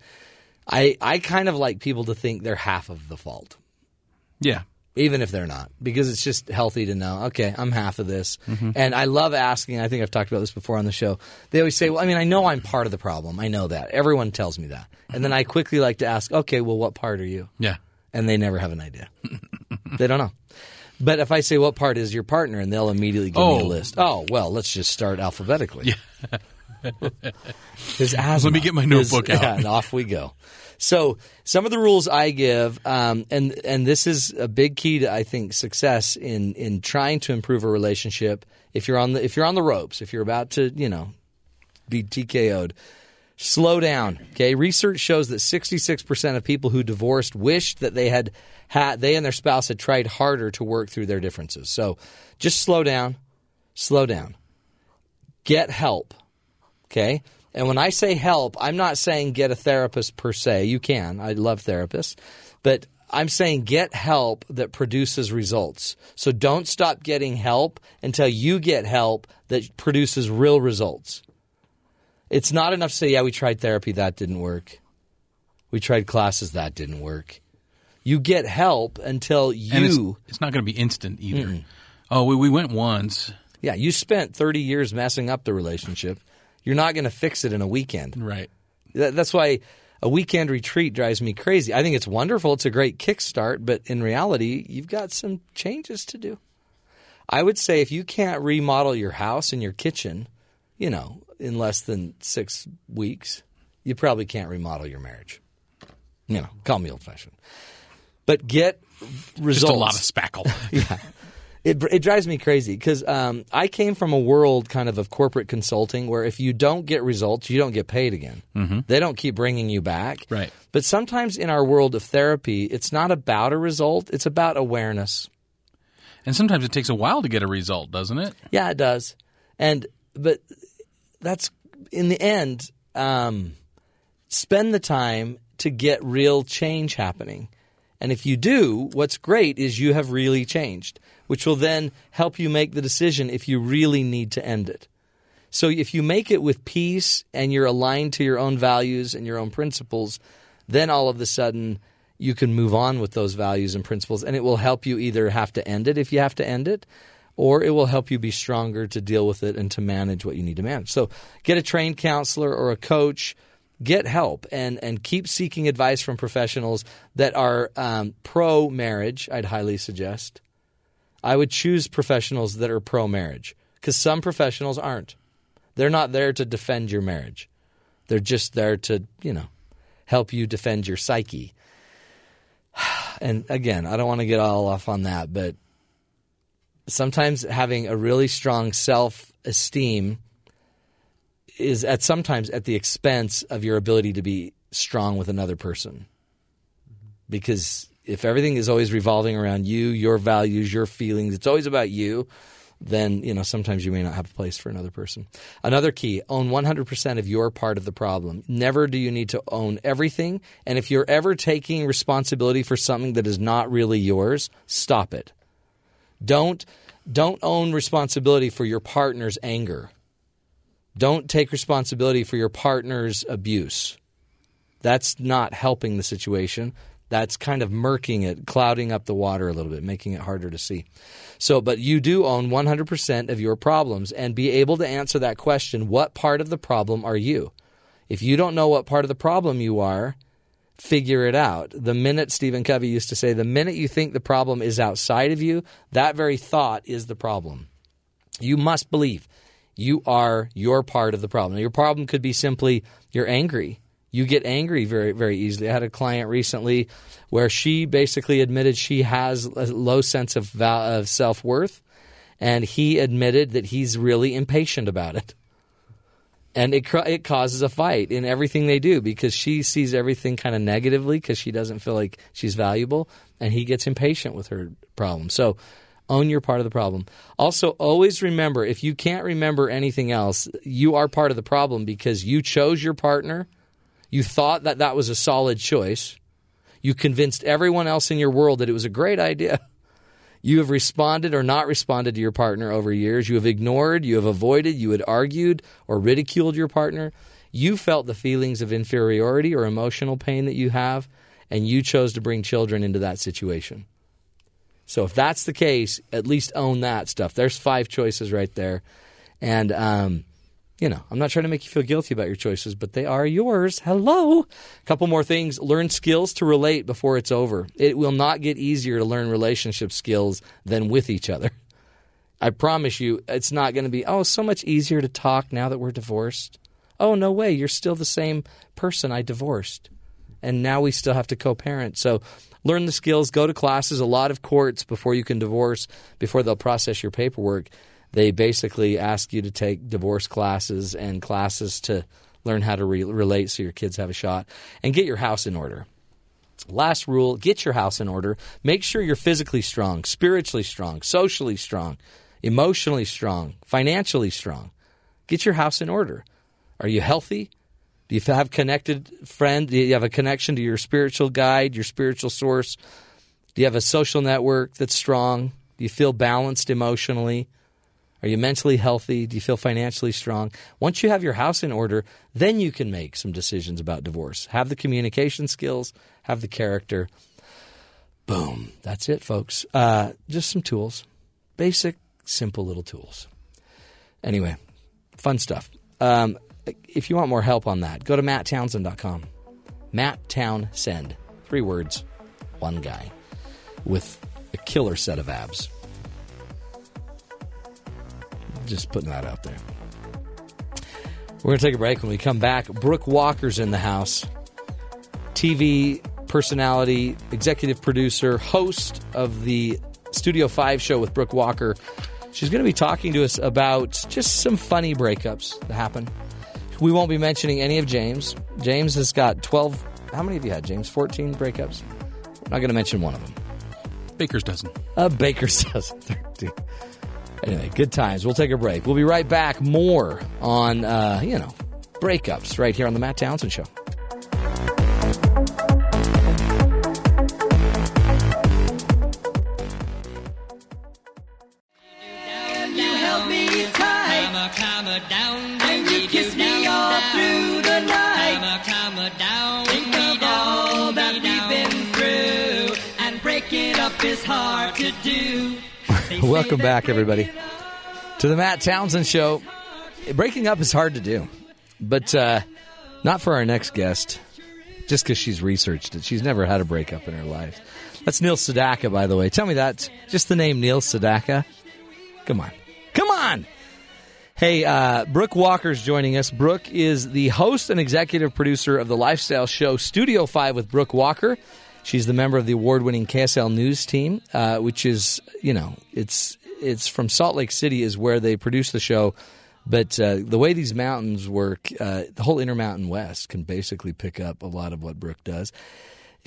I I kind of like people to think they're half of the fault yeah even if they're not, because it's just healthy to know, okay, I'm half of this. And I love asking, I think I've talked about this before on the show. They always say, well, I mean, I know I'm part of the problem. I know that. Everyone tells me that. And then I quickly like to ask, okay, well, what part are you? yeah And they never have an idea. they don't know. But if I say, what part is your partner? And they'll immediately give me a Oh. list. Oh, well, let's just start alphabetically. His asthma. Let me get my notebook is- out. yeah, and off we go. So some of the rules I give, um, and and this is a big key to I think success in in trying to improve a relationship. If you're on the if you're on the ropes, if you're about to you know be TKO'd, slow down. Okay, research shows that 66 percent of people who divorced wished that they had had they and their spouse had tried harder to work through their differences. So just slow down, slow down, get help. Okay. And when I say help, I'm not saying get a therapist per se. You can. I love therapists. But I'm saying get help that produces results. So don't stop getting help until you get help that produces real results. It's not enough to say, yeah, we tried therapy, that didn't work. We tried classes, that didn't work. You get help until And it's, you, it's not going to be instant either. Oh, we, we went once. yeah, you spent 30 years messing up the relationship. You're not going to fix it in a weekend. Right. That, that's why a weekend retreat drives me crazy. I think it's wonderful. It's a great kickstart, but in reality, you've got some changes to do. I would say if you can't remodel your house and your kitchen, you know, in less than six weeks, you probably can't remodel your marriage. You know, call me old fashioned, but get results. Just a lot of spackle. It, it drives me crazy because um, I came from a world kind of of corporate consulting where if you don't get results, you don't get paid again. Mm-hmm. They don't keep bringing you back. Right. But sometimes in our world of therapy, it's not about a result, it's about awareness. and sometimes it takes a while to get a result, doesn't it? Yeah, it does. And but that's in the end, um, spend the time to get real change happening. And if you do, what's great is you have really changed, which will then help you make the decision if you really need to end it. So if you make it with peace and you're aligned to your own values and your own principles, then all of a sudden you can move on with those values and principles and it will help you either have to end it if you have to end it or it will help you be stronger to deal with it and to manage what you need to manage. So get a trained counselor or a coach, get help and and keep seeking advice from professionals that are um, pro marriage, I'd highly suggest. I would choose professionals that are pro marriage because some professionals aren't. They're not there to defend your marriage. They're just there to, you know, help you defend your psyche. And again, I don't want to get all off on that, but sometimes having a really strong self esteem is at sometimes at the expense of your ability to be strong with another person. Because if everything is always revolving around you, your values, your feelings, it's always about you, then, you know, sometimes you may not have a place for another person. Another key, own 100% of your part of the problem. Never do you need to own everything, and if you're ever taking responsibility for something that is not really yours, stop it. Don't don't own responsibility for your partner's anger. Don't take responsibility for your partner's abuse. That's not helping the situation. That's kind of murking it, clouding up the water a little bit, making it harder to see. So, but you do own 100% of your problems and be able to answer that question what part of the problem are you? If you don't know what part of the problem you are, figure it out. The minute Stephen Covey used to say, the minute you think the problem is outside of you, that very thought is the problem. You must believe you are your part of the problem. Now, your problem could be simply you're angry. You get angry very, very easily. I had a client recently where she basically admitted she has a low sense of, val- of self worth, and he admitted that he's really impatient about it and it cr- it causes a fight in everything they do because she sees everything kind of negatively because she doesn't feel like she's valuable, and he gets impatient with her problem. So, own your part of the problem. Also, always remember if you can't remember anything else, you are part of the problem because you chose your partner, you thought that that was a solid choice, you convinced everyone else in your world that it was a great idea. You have responded or not responded to your partner over years. You have ignored, you have avoided, you had argued or ridiculed your partner. You felt the feelings of inferiority or emotional pain that you have, and you chose to bring children into that situation. So if that's the case, at least own that stuff. There's five choices right there. And, um, you know, I'm not trying to make you feel guilty about your choices, but they are yours. Hello. A couple more things. Learn skills to relate before it's over. It will not get easier to learn relationship skills than with each other. I promise you, it's not going to be, oh, so much easier to talk now that we're divorced. Oh, no way. You're still the same person I divorced. And now we still have to co parent. So learn the skills, go to classes, a lot of courts before you can divorce, before they'll process your paperwork. They basically ask you to take divorce classes and classes to learn how to re- relate so your kids have a shot and get your house in order. Last rule get your house in order. Make sure you're physically strong, spiritually strong, socially strong, emotionally strong, financially strong. Get your house in order. Are you healthy? Do you have connected friend? Do you have a connection to your spiritual guide, your spiritual source? Do you have a social network that's strong? Do you feel balanced emotionally? Are you mentally healthy? Do you feel financially strong? Once you have your house in order, then you can make some decisions about divorce. Have the communication skills, have the character. Boom. That's it, folks. Uh, just some tools, basic, simple little tools. Anyway, fun stuff. Um, if you want more help on that, go to matttownsend.com. Matt Townsend. Three words, one guy with a killer set of abs. Just putting that out there. We're going to take a break. When we come back, Brooke Walker's in the house. TV personality, executive producer, host of the Studio 5 show with Brooke Walker. She's going to be talking to us about just some funny breakups that happen. We won't be mentioning any of James. James has got 12. How many of you had, James? 14 breakups? I'm not going to mention one of them. Baker's dozen. A baker's dozen. 13. Anyway, good times. We'll take a break. We'll be right back. More on, uh, you know, breakups right here on The Matt Townsend Show. You held me tight. Comma, comma, down. And you kissed me all through the night. Comma, comma, down. Think of all that we've been through. And breaking up is hard to do. Welcome back, everybody, to the Matt Townsend Show. Breaking up is hard to do, but uh, not for our next guest, just because she's researched it. She's never had a breakup in her life. That's Neil Sedaka, by the way. Tell me that's just the name Neil Sedaka. Come on. Come on. Hey, uh, Brooke Walker's joining us. Brooke is the host and executive producer of the lifestyle show Studio 5 with Brooke Walker. She's the member of the award-winning KSL News team, uh, which is, you know, it's it's from Salt Lake City is where they produce the show. But uh, the way these mountains work, uh, the whole Intermountain West can basically pick up a lot of what Brooke does.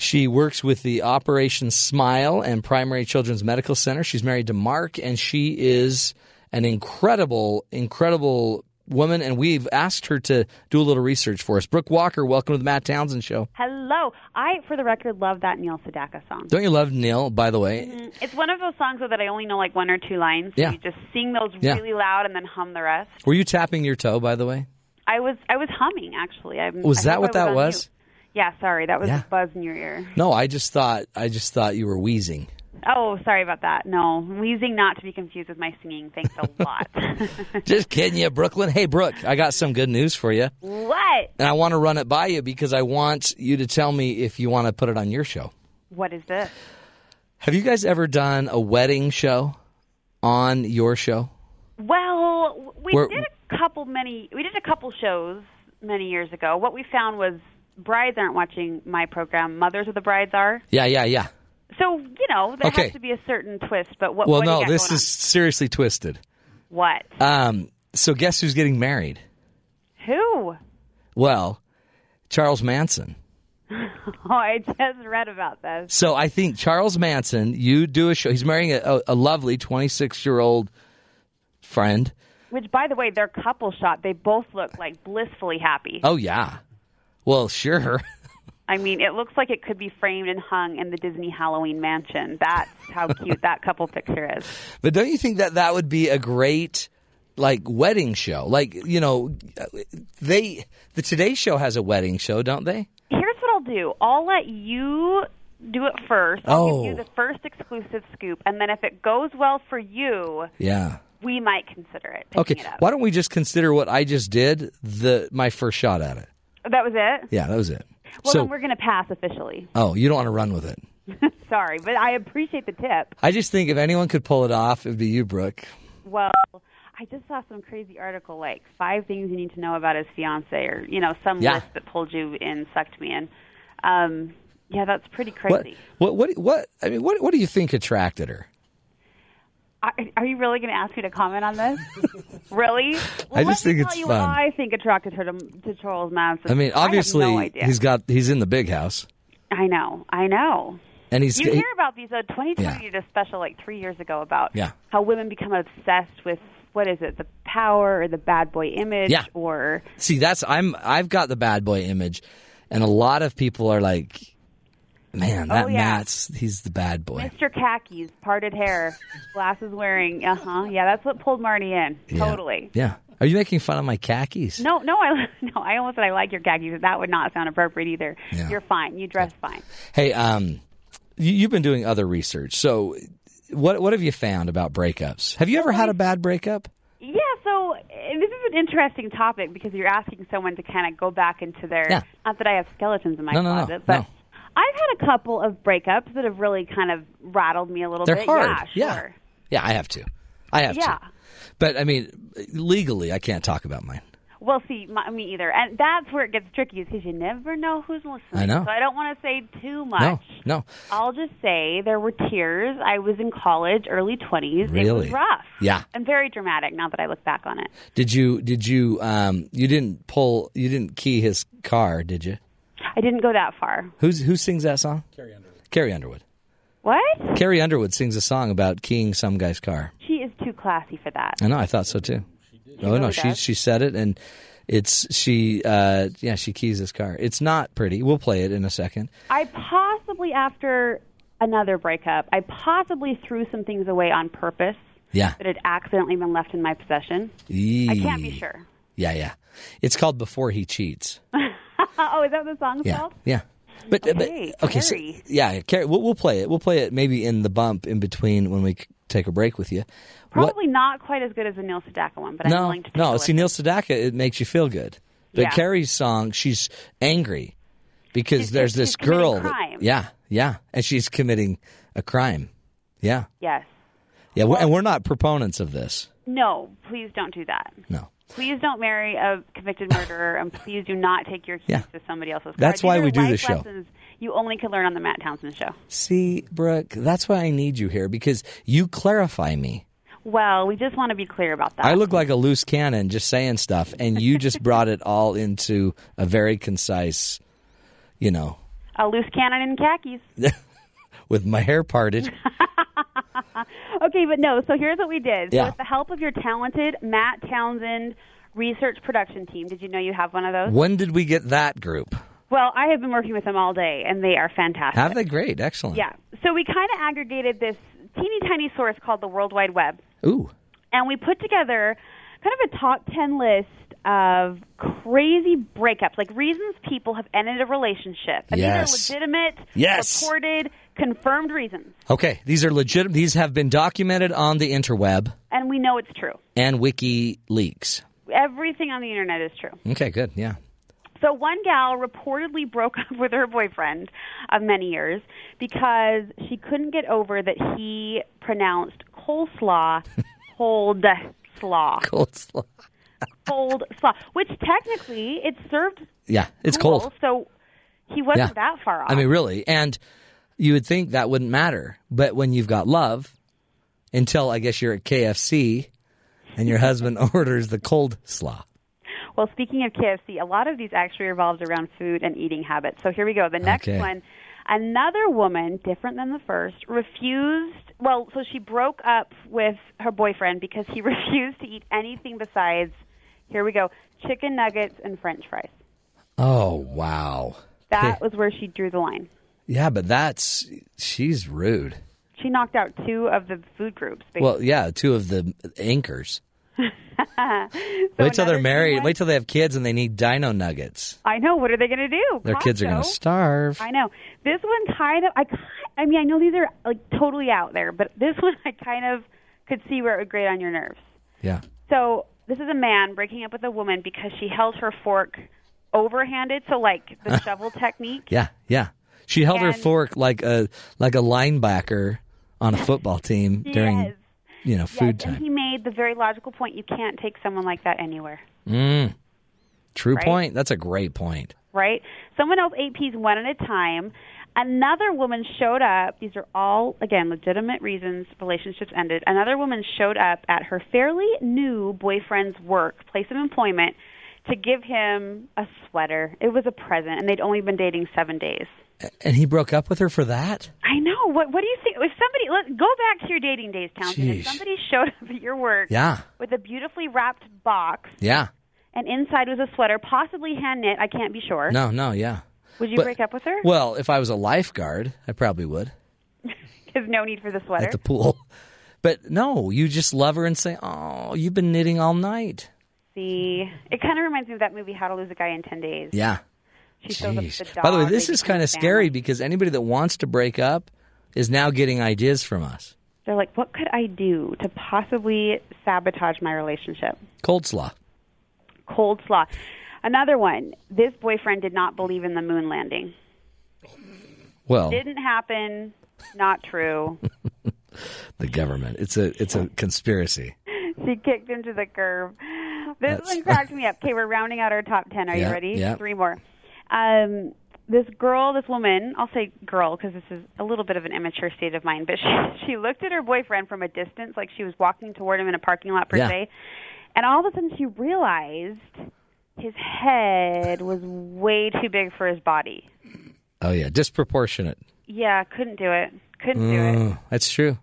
She works with the Operation Smile and Primary Children's Medical Center. She's married to Mark, and she is an incredible, incredible woman. And we've asked her to do a little research for us. Brooke Walker, welcome to the Matt Townsend Show. Hello. I, for the record, love that Neil Sedaka song. Don't you love Neil, by the way? It's one of those songs though, that I only know like one or two lines. so Yeah. You just sing those Yeah. really loud and then hum the rest. Were you tapping your toe, by the way? I was I was humming actually. I, Was I that hope what I that on was? mute. Yeah, sorry, that was Yeah. a buzz in your ear. No, I just thought I just thought you were wheezing. Oh, sorry about that. No, wheezing not to be confused with my singing. Thanks a lot. Just kidding you, Brooklyn. Hey, Brooke, I got some good news for you. what? And I want to run it by you because I want you to tell me if you want to put it on your show. What is this? Have you guys ever done a wedding show on your show? Well, we Where- did a couple many. We did a couple shows many years ago. What we found was brides aren't watching my program. Mothers of the brides are. Yeah, yeah, yeah. So you know there Okay. has to be a certain twist. But what? Well, what do you no, got this going is seriously twisted. on? what? Um, so guess who's getting married? Who? Well, Charles Manson. Oh, I just read about this. So I think Charles Manson, you do a show. He's marrying a, a, a lovely 26 year old friend. Which, by the way, their couple shot. They both look like blissfully happy. Oh, yeah. Well, sure. I mean, it looks like it could be framed and hung in the Disney Halloween mansion. That's how cute that couple picture is. But don't you think that that would be a great like wedding show? Like, you know, they the Today show has a wedding show, don't they? Here's what I'll do. I'll let you do it first. I'll give Oh. you the first exclusive scoop, and then if it goes well for you, Yeah. we might consider it. picking Okay. It up. Why don't we just consider what I just did the my first shot at it? That was it. Yeah, that was it. Well, so then we're going to pass officially. oh, you don't want to run with it. Sorry, but I appreciate the tip. I just think if anyone could pull it off, it'd be you, Brooke. Well, I just saw some crazy article like five things you need to know about his fiance, or you know, some Yeah. list that pulled you in, sucked me in. Um, yeah, that's pretty What crazy. what what what I mean, what what do you think attracted her? Are, are you really going to ask me to comment on this? really? Well, I let just me think tell it's you fun. What I think attracted her to, to Charles Manson. I mean, obviously I have no idea. he's got he's in the big house I know. I know. and he's You hear about these. Uh, 2020 Yeah. did a special like three years ago about Yeah. how women become obsessed with what is it, the power or the bad boy image, Yeah. or See, that's I'm I've got the bad boy image, and a lot of people are like, Man, Oh, that yeah. Matt's he's the bad boy. Mr. Khakis, parted hair, glasses wearing. Uh huh. Yeah, that's what pulled Marty in. Yeah. Totally. Yeah. Are you making fun of my khakis? No, no, I no. I almost said I like your khakis. That would not sound appropriate either. Yeah. You're fine. You dress fine. Hey, um, you, you've been doing other research. So, what what have you found about breakups? Have you ever had a bad breakup? Yeah, so uh, this is an interesting topic because you're asking someone to kind of go back into their. Yeah. Not that I have skeletons in my No, no, no, closet, but no. I've had a couple of breakups that have really kind of rattled me a little They're bit. hard. Yeah, yeah. sure. Yeah, I have to. I have Yeah. to. But I mean, legally, I can't talk about mine. Well, see, my, me either, and that's where it gets tricky is because you never know who's listening. I know. So I don't want to say too much. No, no, I'll just say there were tears. I was in college, early twenties. It Really? was rough. Yeah. And very dramatic. Now that I look back on it, Did you? Did you? Um, you didn't pull. You didn't key his car, did you? I didn't go that far. Who's who sings that song? Carrie Underwood. Carrie Underwood. What? Carrie Underwood sings a song about keying some guy's car. She is too classy for that. I know. I thought so too. oh no, really she does. she said it, and it's she. Uh, yeah, she keys his car. It's not pretty. We'll play it in a second. I possibly after another breakup, I possibly threw some things away on purpose Yeah. that had accidentally been left in my possession. I can't be sure. Yeah, yeah. It's called Before He Cheats. oh, is that what the song Yeah, called? yeah. But Okay, but okay, so, Carrie. yeah, Carrie. We'll, we'll play it. We'll play it maybe in the bump in between when we c- take a break with you. What- Probably not quite as good as the Neil Sedaka one, but I'm No, willing to take a no. listen. See, Neil Sedaka, it makes you feel good. But Yeah. Carrie's song, she's angry because She's- there's she's this committing girl. that- crime. yeah, yeah, and she's committing a crime. Yeah, Yes. yeah. we're- and we're not proponents of this. No, please don't do that. No, Please don't marry a convicted murderer, and please do not take your keys Yeah. to somebody else's car. That's These why are we do life this show. Lessons you only can learn on the Matt Townsend show. see, Brooke, that's why I need you here because you clarify me. Well, we just want to be clear about that. I look like a loose cannon just saying stuff, and you just brought it all into a very concise, you know, a loose cannon in khakis. with my hair parted. Okay, but no. So here's what we did. Yeah. So with the help of your talented Matt Townsend research production team, did you know you have one of those? when did we get that group? Well, I have been working with them all day, and they are fantastic. Have they? Great, excellent. Yeah. So we kind of aggregated this teeny tiny source called the World Wide Web. Ooh. and we put together kind of a top 10 list of crazy breakups, like reasons people have ended a relationship. And Yes. these are legitimate, Yes. reported, confirmed reasons. Okay, these are legit. These have been documented on the interweb And we know it's true. and WikiLeaks. Everything on the internet is true. Okay, good. Yeah. So one gal reportedly broke up with her boyfriend of many years because she couldn't get over that he pronounced coleslaw cold slaw. Cold slaw. Cold slaw. Which technically it's served Yeah, it's cool, cold. So he wasn't Yeah. that far off. I mean, really. And you would think that wouldn't matter, but when you've got love, until I guess you're at KFC and your husband orders the cold slaw. well, speaking of KFC, a lot of these actually revolved around food and eating habits. So here we go. The next Okay. one, another woman, different than the first, refused. Well, so she broke up with her boyfriend because he refused to eat anything besides. Here we go. Chicken nuggets and French fries. Oh wow. That was where she drew the line. Yeah, but that's she's rude. She knocked out two of the food groups. Well, yeah, two of the anchors. wait till another they're good married. one? Wait till they have kids and they need dino nuggets. I know. What are they going to do? Their kids are going to Costco? starve. I know this one kind of. I, ki- I mean, I know these are like totally out there, but this one I kind of could see where it would grate on your nerves. Yeah. So this is a man breaking up with a woman because she held her fork overhanded, so like the shovel technique. Yeah, yeah. She held her And- fork like a like a linebacker on a football team during Yes. you know food yes, and time. he made the very logical point: you can't take someone like that anywhere, True point. That's a great point. right? Someone else ate peas one at a time. Another woman showed up. These are all again legitimate reasons relationships ended. Another woman showed up at her fairly new boyfriend's work place of employment to give him a sweater. It was a present, and they'd only been dating seven days. And he broke up with her for that? I know. What What do you think? If somebody let go back to your dating days, Townsend. Jeez. If somebody showed up at your work, Yeah. with a beautifully wrapped box, Yeah. and inside was a sweater, possibly hand knit. I can't be sure. No, no, yeah. Would you But- break up with her? Well, if I was a lifeguard, I probably would There's no need for the sweater. at the pool. But no, you just love her and say, "Oh, you've been knitting all night." See, it kind of reminds me of that movie How to Lose a Guy in Ten Days. Yeah. She shows up with the Jeez. dog. By the way, they this is become kind a of scary family. because anybody that wants to break up is now getting ideas from us. They're like, what could I do to possibly sabotage my relationship? Cold slaw. Cold slaw. Another one. This boyfriend did not believe in the moon landing. Well, Didn't happen. Not true. the government. It's a it's a conspiracy. she kicked him to the curb. This That's- one cracked me up. Okay, we're rounding out our top ten. Are Yeah, you ready? yeah. Three more. Um, this girl, this woman, I'll say girl because this is a little bit of an immature state of mind, but she she looked at her boyfriend from a distance, like she was walking toward him in a parking lot per Yeah. se, and all of a sudden she realized his head was way too big for his body. Oh yeah, disproportionate. Yeah, couldn't do it. Couldn't do it. Oh, that's true.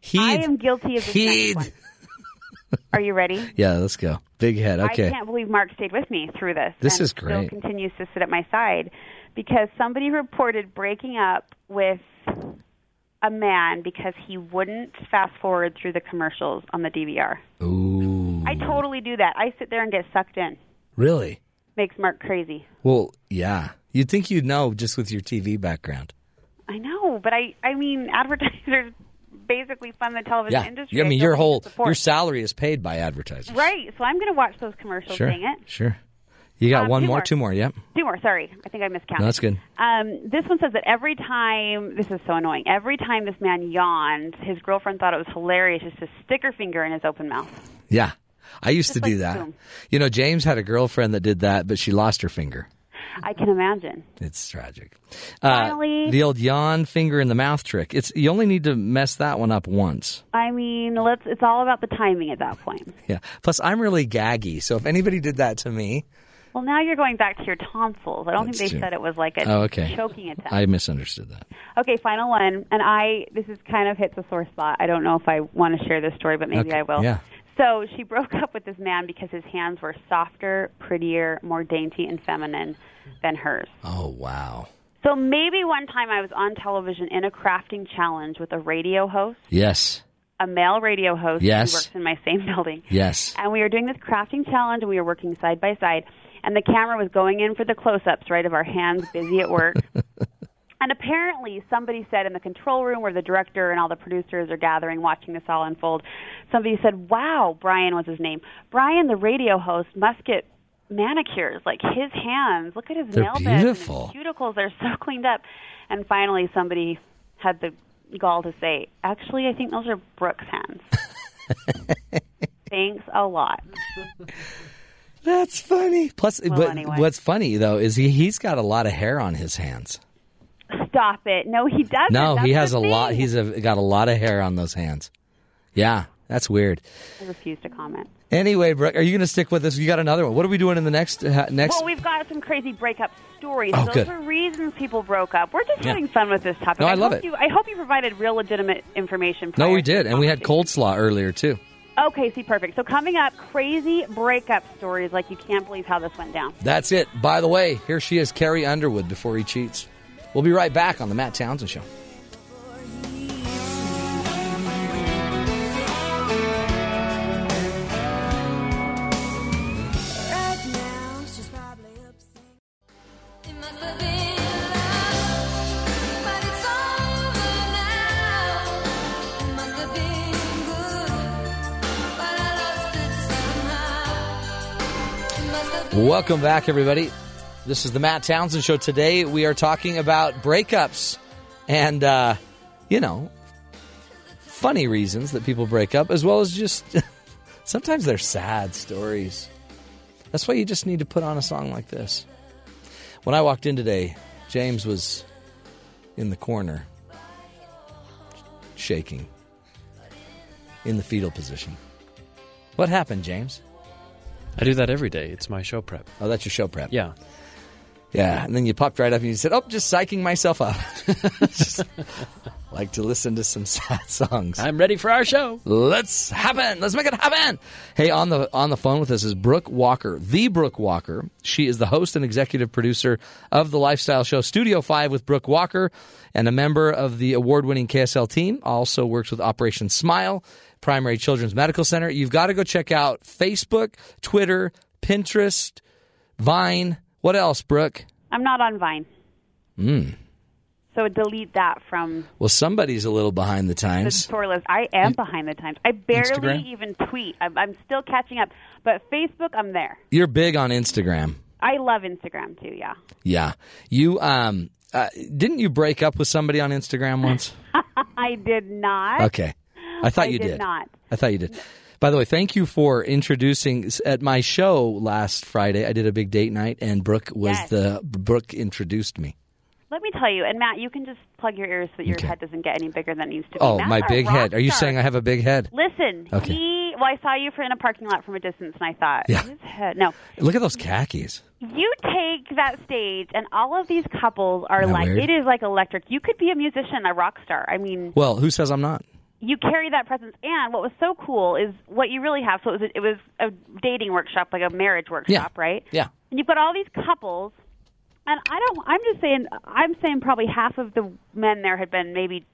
Heed. I am guilty of this. Heed. next one. Are you ready? Yeah, let's go. Big head. Okay. I can't believe Mark stayed with me through this. This and is great. Still continues to sit at my side because somebody reported breaking up with a man because he wouldn't fast forward through the commercials on the DVR. Ooh. I totally do that. I sit there and get sucked in. Really? Makes Mark crazy. Well, yeah. You'd think you'd know just with your TV background. I know, but I I mean advertisers basically fund the television yeah. industry. I mean, feel your like they whole support. your salary is paid by advertisers. Right, so I'm going to watch those commercials. Sure. Dang it! Sure. You got Um, one two more, more. two more. Yep. Two more. Sorry, I think I miscounted. No, that's good. Um, this one says that every time this is so annoying. Every time this man yawned, his girlfriend thought it was hilarious just to stick her finger in his open mouth. Yeah. I used to do like that. boom. You know, James had a girlfriend that did that, but she lost her finger. I can imagine. It's tragic. Uh, Finally- the old yawn finger in the mouth trick. It's you only need to mess that one up once. I mean, let's. It's all about the timing at that point. Yeah. Plus, I'm really gaggy, so if anybody did that to me, Well, now you're going back to your tonsils. I don't That's think they true. said it was like a Oh, okay. choking attack. I misunderstood that. okay, final one. And I, this is kind of hits a sore spot. I don't know if I want to share this story, but maybe Okay, I will. yeah. So she broke up with this man because his hands were softer, prettier, more dainty and feminine than hers. Oh wow. So maybe one time I was on television in a crafting challenge with a radio host, Yes. a male radio host Yes. who works in my same building. Yes. And we were doing this crafting challenge and we were working side by side and the camera was going in for the close-ups, right, of our hands busy at work. and apparently somebody said in the control room where the director and all the producers are gathering watching this all unfold, somebody said, "Wow, Brian was his name. Brian the radio host must get manicures like his hands. Look at his They're nail beds and his beautiful. cuticles are so cleaned up." And finally somebody had the gall to say, "Actually, I think those are Brooks' hands." Thanks a lot. That's funny. Plus, but anyway. what's funny though is he he's got a lot of hair on his hands. Stop it. No, he doesn't. No, That's he the has a lot. thing. He's a, got a lot of hair on those hands. Yeah, that's weird. I refuse to comment. Anyway, Brooke, are you going to stick with us? You got another one. What are we doing in the next uh, next? Well, we've got some crazy breakup stories. Oh, Those good. are reasons people broke up. We're just Yeah. having fun with this topic. No, I love hope it. You, I hope you provided real legitimate information. no, prior we to did, the and we had conversation. cold slaw earlier too. Okay, see, perfect. So coming up, crazy breakup stories like you can't believe how this went down. That's it. By the way, here she is, Carrie Underwood, before he cheats. We'll be right back on the Matt Townsend Show. Right now, she's probably upset. It must have been love, but it's over now. It must have been good, but I lost it somehow. It must have been Welcome back, everybody. This is the Matt Townsend Show. Today we are talking about breakups and, uh, you know, funny reasons that people break up, as well as just sometimes they're sad stories. That's why you just need to put on a song like this. When I walked in today, James was in the corner, shaking, in the fetal position. What happened, James? I do that every day. It's my show prep. Oh, that's your show prep. Yeah. Yeah, and then you popped right up and you said, "Oh, just psyching myself up." Just like to listen to some sad songs. I'm ready for our show. Let's happen. Let's make it happen. Hey, on the on the phone with us is Brooke Walker, the Brooke Walker. She is the host and executive producer of the lifestyle show Studio Five with Brooke Walker, and a member of the award-winning KSL team. Also works with Operation Smile, Primary Children's Medical Center. You've got to go check out Facebook, Twitter, Pinterest, Vine. What else, Brooke? I'm not on Vine. Hmm. So delete that from Well, somebody's a little behind the the times. tour list. I am behind the times. I barely Instagram? even tweet. I'm, I'm still catching up. But Facebook, I'm there. You're big on Instagram. I love Instagram too. Yeah. Yeah. You um uh, didn't you break up with somebody on Instagram once? I did not. Okay. I thought I you did did. not. I thought you did. By the way, thank you for introducing s- at my show last Friday. I did a big date night and Brooke was Yes. the Brooke introduced me. Let me tell you, and Matt, you can just plug your ears so that your Okay. head doesn't get any bigger than it needs to be. Oh, Matt's my our big rock head. Are you star. saying I have a big head? Listen, Okay. he. Well, I saw you for in a parking lot from a distance, and I thought, Yeah. his head. No, Look at those khakis. you take that stage, and all of these couples are Isn't that like, weird? it is like electric. You could be a musician, a rock star. I mean, Well, who says I'm not? you carry that presence. And what was so cool is what you really have. So it was a, it was a dating workshop, like a marriage workshop, right? Yeah. And you've got all these couples, and I don't. I'm just saying. I'm saying probably half of the men there had been maybe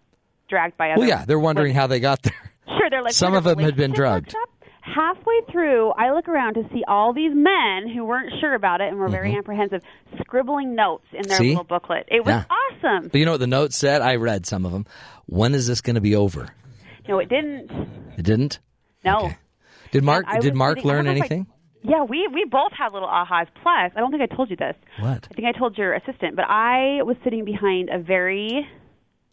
dragged by other. Well, yeah, they're wondering how they got there. Sure, they're like Some "We're of 'em gonna had been relationship drugged. workshop?" Halfway through, I look around to see all these men who weren't sure about it and were very apprehensive, scribbling notes in their Mm-hmm. See? little booklet. It was Yeah. awesome. But you know what the note said? I read some of them. When is this going to be over? No, it didn't. It didn't. No. Did Mark Oh. I did was Mark sitting- I learn was like- anything? Yeah, we we both had little ahas. Plus, I don't think I told you this. What? I think I told your assistant, but I was sitting behind a very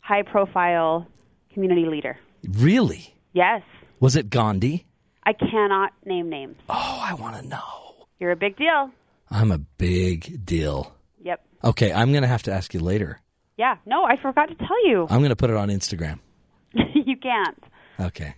high-profile community leader. Really? Yes, Was it Gandhi? I cannot name names. Oh, I want to know. You're a big deal. I'm a big deal. Yep. Okay, I'm going to have to ask you later. Yeah. No, I forgot to tell you. I'm going to put it on Instagram. you can't. Okay.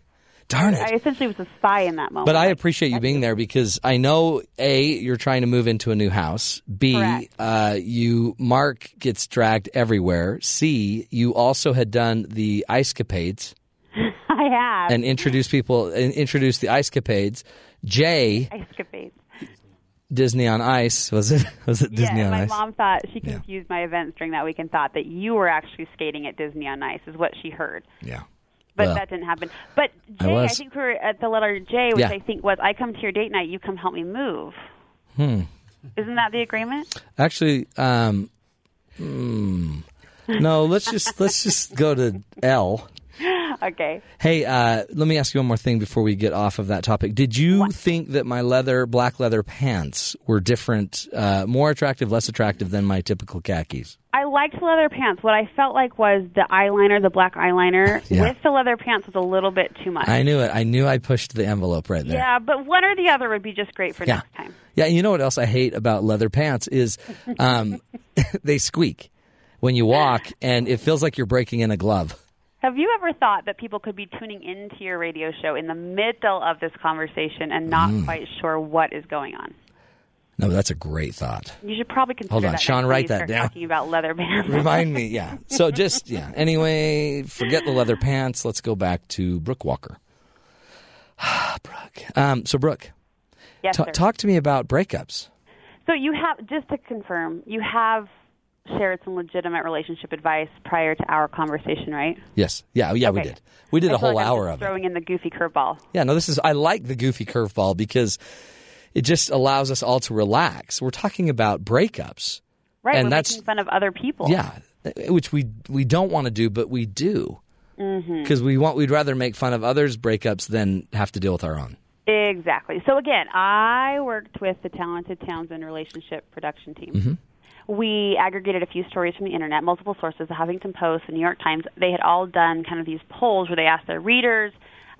Darn it. I essentially was a spy in that moment. but I appreciate you being there because I know A, you're trying to move into a new house. B, Correct. uh, you, Mark gets dragged everywhere. C, you also had done the ice capades I have. and introduced people, and introduced the ice capades. J, I escapades. Disney on Ice. Was it, was it Disney yeah, on my Ice? mom thought she confused my events during that week and thought that you were actually skating at Disney on Ice, is what she heard. yeah. But Well, that didn't happen. But I J, I, was- think we were at the letter J, which Yeah. I think was I come to your date night, you come help me move. Hmm. Isn't that the agreement? Actually, um, mm, no. Let's just let's just go to L. Okay. Hey, uh, let me ask you one more thing before we get off of that topic. Did you think that my leather black leather pants were different, uh, more attractive, less attractive than my typical khakis? I liked the leather pants. What I felt like was the eyeliner, the black eyeliner Yeah. with the leather pants was a little bit too much. I knew it. I knew I pushed the envelope right there. yeah, but one or the other would be just great for Yeah. next time. Yeah, and you know what else I hate about leather pants is um, they squeak when you walk, and it feels like you're breaking in a glove. Have you ever thought that people could be tuning into your radio show in the middle of this conversation and not Mm. quite sure what is going on? No, that's a great thought. You should probably consider Hold on, that Sean, next write time you that start down. Talking about leather bands. Remind me, yeah. So just yeah. Anyway, forget the leather pants. Let's go back to Brooke Walker. Brooke. Um, so Brooke, yes, ta- sir. talk to me about breakups. So you have just to confirm, you have shared some legitimate relationship advice prior to our conversation, right? Yes. Yeah. Yeah. We Okay. did. We did I a feel whole like I'm hour just of it. throwing in the goofy curveball. Yeah. No, this is. I like the goofy curveball because it just allows us all to relax. We're talking about breakups. Right, And we're that's- making fun of other people. Yeah. Which we we don't want to do, but we do Mm-hmm. because we want. We'd rather make fun of others' breakups than have to deal with our own. Exactly. So again, I worked with the talented Townsend relationship production team. Mm-hmm. We aggregated a few stories from the internet, multiple sources, the Huffington Post, the New York Times. They had all done kind of these polls where they asked their readers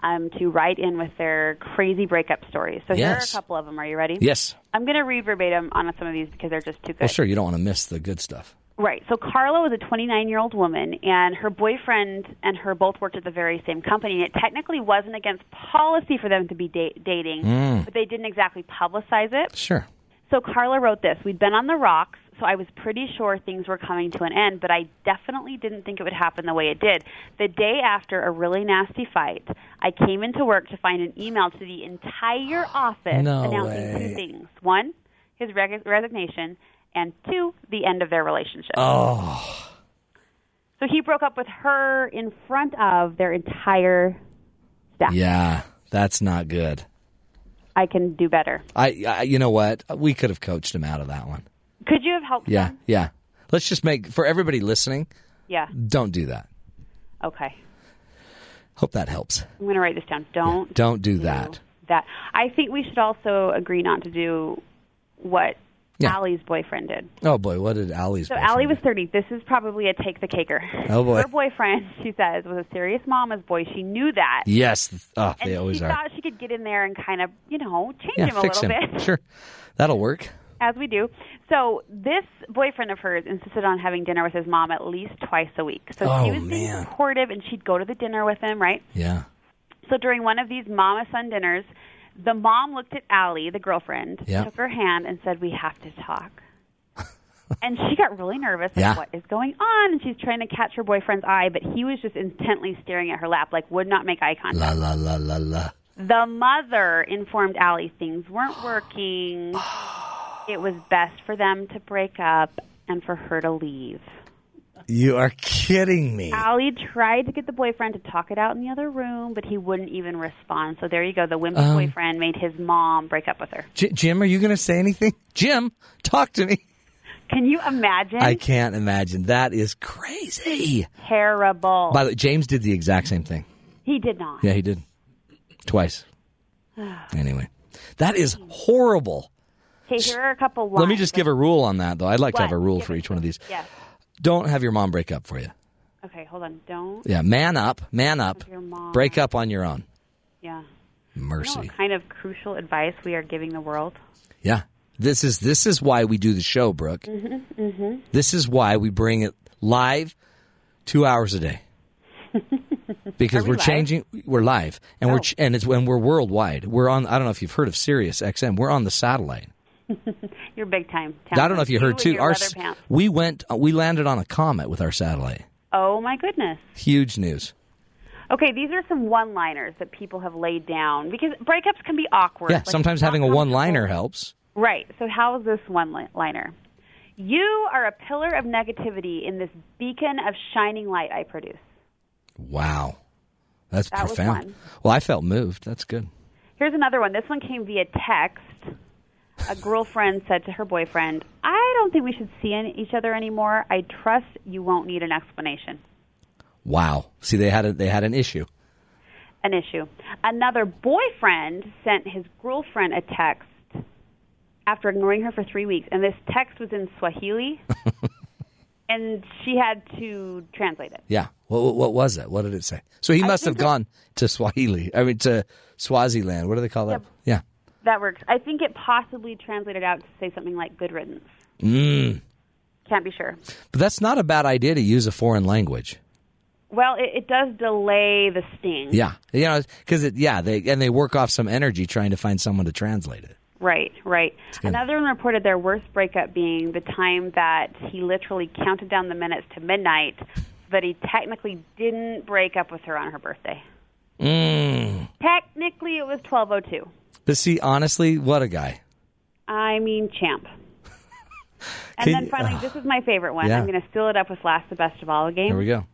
um, to write in with their crazy breakup stories. So here are a Yes. couple of them. Are you ready? Yes. I'm going to read verbatim on some of these because they're just too good. Well, sure. You don't want to miss the good stuff. Right. So Carla was a 29 year old woman, and her boyfriend and her both worked at the very same company. And it technically wasn't against policy for them to be da- dating, but they didn't exactly publicize it. Sure. So Carla wrote this We'd been on the rocks, so I was pretty sure things were coming to an end, but I definitely didn't think it would happen the way it did. The day after a really nasty fight, I came into work to find an email to the entire office No announcing way. two things. One, his reg- resignation, and two, the end of their relationship. Oh, So he broke up with her in front of their entire staff. yeah, that's not good. I can do better. I, I you know what? We could have coached him out of that one. Could you have helped Yeah, them? yeah. Let's just make for everybody listening. Yeah. Don't do that. Okay. Hope that helps. I'm going to write this down. Don't Don't do Mm-hmm. that. that. I think we should also agree not to do what Yeah. Allie's boyfriend did. Oh boy, what did Allie's? So boyfriend Allie was do? 30. This is probably a take the caker. Oh, boy. Her boyfriend, she says, was a serious mama's boy. She knew that. Yes, oh, And they always she are. thought she could get in there and kind of, you know, change Yeah, him a fix little him. bit. Sure, that'll work. as we do. So this boyfriend of hers insisted on having dinner with his mom at least twice a week. So Oh, she was being man. supportive, and she'd go to the dinner with him, right? Yeah. So during one of these mama son dinners, the mom looked at Allie, the girlfriend, Yeah. took her hand, and said, "We have to talk." and she got really nervous. Like, Yeah. what is going on? And she's trying to catch her boyfriend's eye, but he was just intently staring at her lap, like would not make eye contact. La la la la la. The mother informed Allie things weren't working. It was best for them to break up and for her to leave. You are kidding me. Allie tried to get the boyfriend to talk it out in the other room, but he wouldn't even respond. So there you go. The wimpy Um, boyfriend made his mom break up with her. J- Jim, are you going to say anything? Jim, talk to me. Can you imagine? I can't imagine. That is crazy. Terrible. By the way, James did the exact same thing. he did not. Yeah, he did. Twice. Anyway, that is horrible. Okay, here are a couple lines. Let me just give a rule on that, though. I'd like to have What? a rule Give for it each one of these. Yes. Don't have your mom break up for you. Okay, hold on. Don't. Yeah, man up, man up. Your mom. Break up on your own. Yeah. You know Mercy. what kind of crucial advice we are giving the world? Yeah. This is this is why we do the show, Brooke. Mm-hmm, This is why we bring it live, two hours a day, because we are live? Oh. changing. We're live, and we're ch- and it's when we're worldwide. We're on. I don't know if you've heard of Sirius XM. We're on the satellite. You're big time. I don't know if you heard and too. your Our leather s- pants. we went. uh, We landed on a comet with our satellite. Oh my goodness. Huge news. Okay, these are some one-liners that people have laid down because breakups can be awkward. Yeah. Like, sometimes it's not having a one-liner comfortable. helps. Right. So how is this one-liner? You are a pillar of negativity in this beacon of shining light I produce. Wow, that's That was profound. one. Well, I felt moved. That's good. Here's another one. This one came via text. A girlfriend said to her boyfriend, "I don't think we should see any- each other anymore. I trust you won't need an explanation." Wow. See, they had a, they had an issue. An issue. Another boyfriend sent his girlfriend a text after ignoring her for three weeks, and this text was in Swahili, and she had to translate it. Yeah. What, what, what was it? What did it say? So he must have think it- gone to Swahili. I mean, to Swaziland. What do they call that? Yeah. That works. I think it possibly translated out to say something like "good riddance." Mm. Can't be sure. But that's not a bad idea to use a foreign language. Well, it, it does delay the sting. Yeah. You know, because it, yeah, they, and they work off some energy trying to find someone to translate it. Right, right. good. Another one reported their worst breakup being the time that he literally counted down the minutes to midnight, but he technically didn't break up with her on her birthday. Mm. Technically, it was 1202. But see, honestly, what a guy. I mean, champ. Can And then you- finally, this is my favorite one. Yeah. I'm going to seal it up with last the best of all game. Here we go.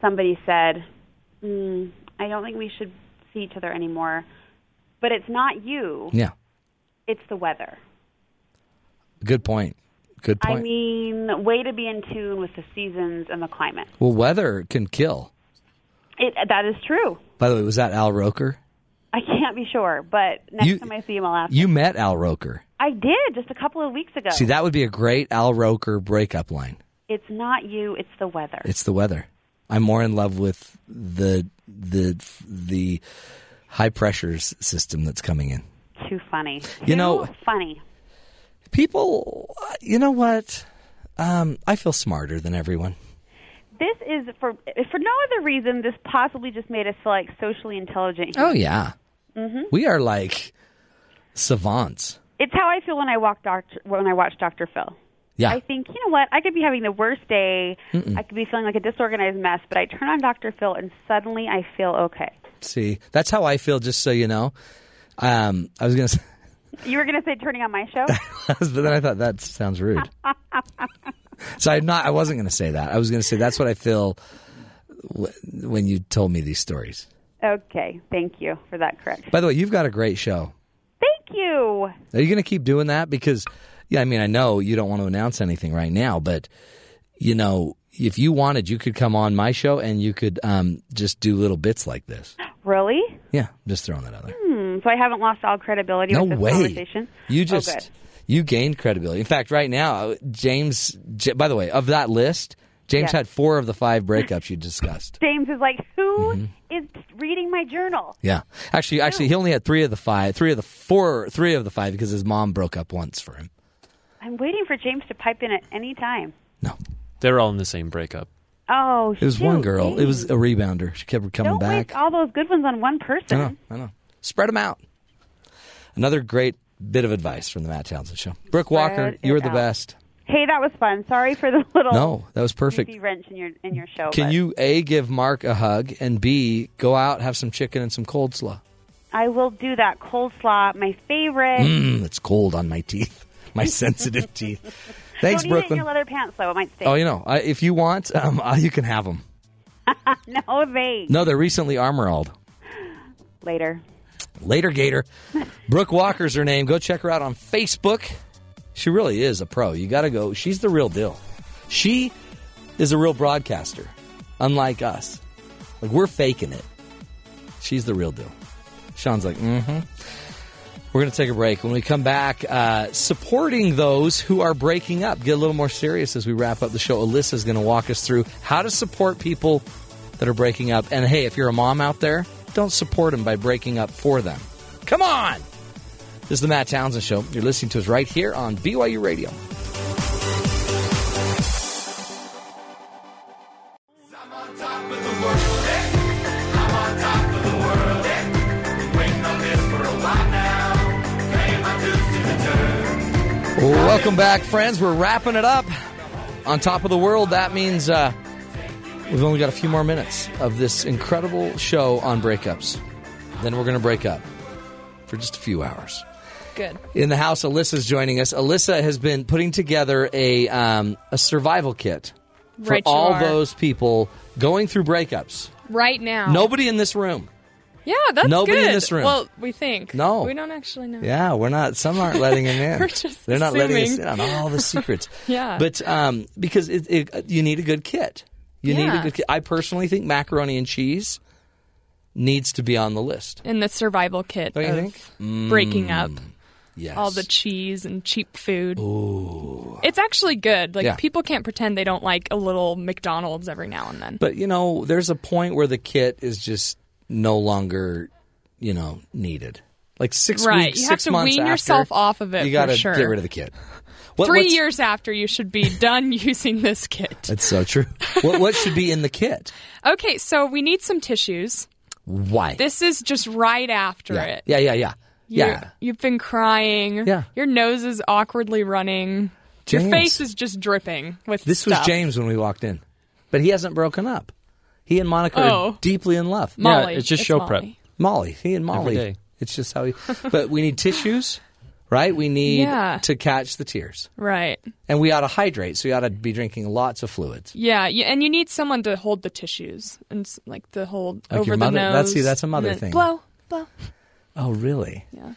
Somebody said, mm, I don't think we should see each other anymore, but it's not you, Yeah. it's the weather. Good point. Good point. I mean, way to be in tune with the seasons and the climate. well, weather can kill. It, that is true. By the way, was that Al Roker? I can't be sure, but next You- time I see him, I'll ask. You met Al Roker. I did just a couple of weeks ago. See, that would be a great Al Roker breakup line. it's not you; it's the weather. It's the weather. I'm more in love with the the the high pressures system that's coming in. Too funny. You know- Too funny. People, you know what? Um, I feel smarter than everyone. This is for for no other reason. This possibly just made us feel like socially intelligent. Oh yeah, Mm-hmm. we are like savants. It's how I feel when I walk doctor when I watch Doctor Phil. Yeah. I think, you know what, I could be having the worst day. I could be feeling like a disorganized mess, but I turn on Dr. Phil and suddenly I feel okay. See, that's how I feel. Just so you know, um, I was gonna, say, You were going to say turning on my show? but then I thought that sounds rude. so I'm not. I wasn't gonna say that. I was gonna say that's what I feel w- when you told me these stories. okay. Thank you for that correction. By the way, you've got a great show. Thank you. Are you going to keep doing that? Because, yeah, I mean, I know you don't want to announce anything right now, but you know, if you wanted, you could come on my show and you could um, just do little bits like this. Really? Yeah, I'm just throwing that out there. Hmm, so I haven't lost all credibility No with this way. conversation. You Oh, just good. you gained credibility. In fact, right now, James. J- by the way, of that list, James Yes. had four of the five breakups you discussed. James is like, who is Mm-hmm. reading my journal? Yeah, actually, actually, he only had three of the five, three of the four, three of the five because his mom broke up once for him. I'm waiting for James to pipe in at any time. They're all in the same breakup. Oh, It was one shoot, girl. It was James. a rebounder. She kept coming Don't back. waste all those good ones on one I person. know. I know. Spread them out. Another great bit of advice from the Matt Townsend Show. Brooke Walker, Spread you were it the out. Oh, best. Hey, that was fun. Sorry for the little No, that was perfect. goofy wrench in your in your show. Can but you a give Mark a hug and b go out have some chicken and some cold slaw? I will do that cold slaw, my favorite. Mm, it's cold on my teeth, my sensitive teeth. Thanks, Don't eat it in Brooklyn. your leather pants, though. It might stink. Oh, you know, I, if you want, um, uh, you can have them. No, they No, they're recently armoralled. later. Later, Gator. Brooke Walker's her name. Go check her out on Facebook. She really is a pro. You got to go. She's the real deal. She is a real broadcaster, unlike us. Like, we're faking it. She's the real deal. Sean's like, mm hmm. We're going to take a break. When we come back, uh, supporting those who are breaking up. Get a little more serious as we wrap up the show. Alyssa is going to walk us through how to support people that are breaking up. And hey, if you're a mom out there, don't support them by breaking up for them. Come on! This is the Matt Townsend Show. You're listening to us right here on BYU Radio. Welcome back, friends. We're wrapping it up. On top of the world, that means uh, we've only got a few more minutes of this incredible show on breakups. Then we're going to break up for just a few hours. Good. In the house, Alyssa's joining us. Alyssa has been putting together a um, a survival kit for Right, you all are. Oh. those people going through breakups. Right now. Nobody in this room. Yeah, that's Nobody in good. this room. Well, we think. No. We don't actually know. Yeah, we're not. Some aren't letting him in. We're just They're not letting us in assuming. on all the secrets. Yeah. but um, because it, it, you need a good kit. You need a Yeah. good kit. I personally think macaroni and cheese needs to be on the list. In the survival kit Don't you of think? breaking up Mm. Yes. all the cheese and cheap food. It's actually good. Like Yeah. people can't pretend they don't like a little McDonald's every now and then. But you know, there's a point where the kit is just no longer, you know, needed. Like six Right. weeks, You have six to months wean after, yourself off of it You for gotta sure. get rid of the kit. What, Three what's- years after, you should be done using this kit. That's so true. what, what should be in the kit? Okay, so we need some tissues. Why? This is just right after yeah. it. yeah, yeah, yeah, You're- yeah. You've been crying. Yeah. Your nose is awkwardly running. James. Your face is just dripping with This was stuff. James when we walked in, but he hasn't broken up. He and Monica are Oh. deeply in love. Molly. it's just show Molly. prep. Molly, he and Molly. day. It's just how he. but we need tissues, right? We need Yeah. to catch the tears, Right. and we ought to hydrate. So we ought to be drinking lots of fluids. Yeah, you, and you need someone to hold the tissues and s- like the hold Like over your mother- the nose. that's- see, that's a and mother then thing. Blow, blow. Oh, really? Yeah.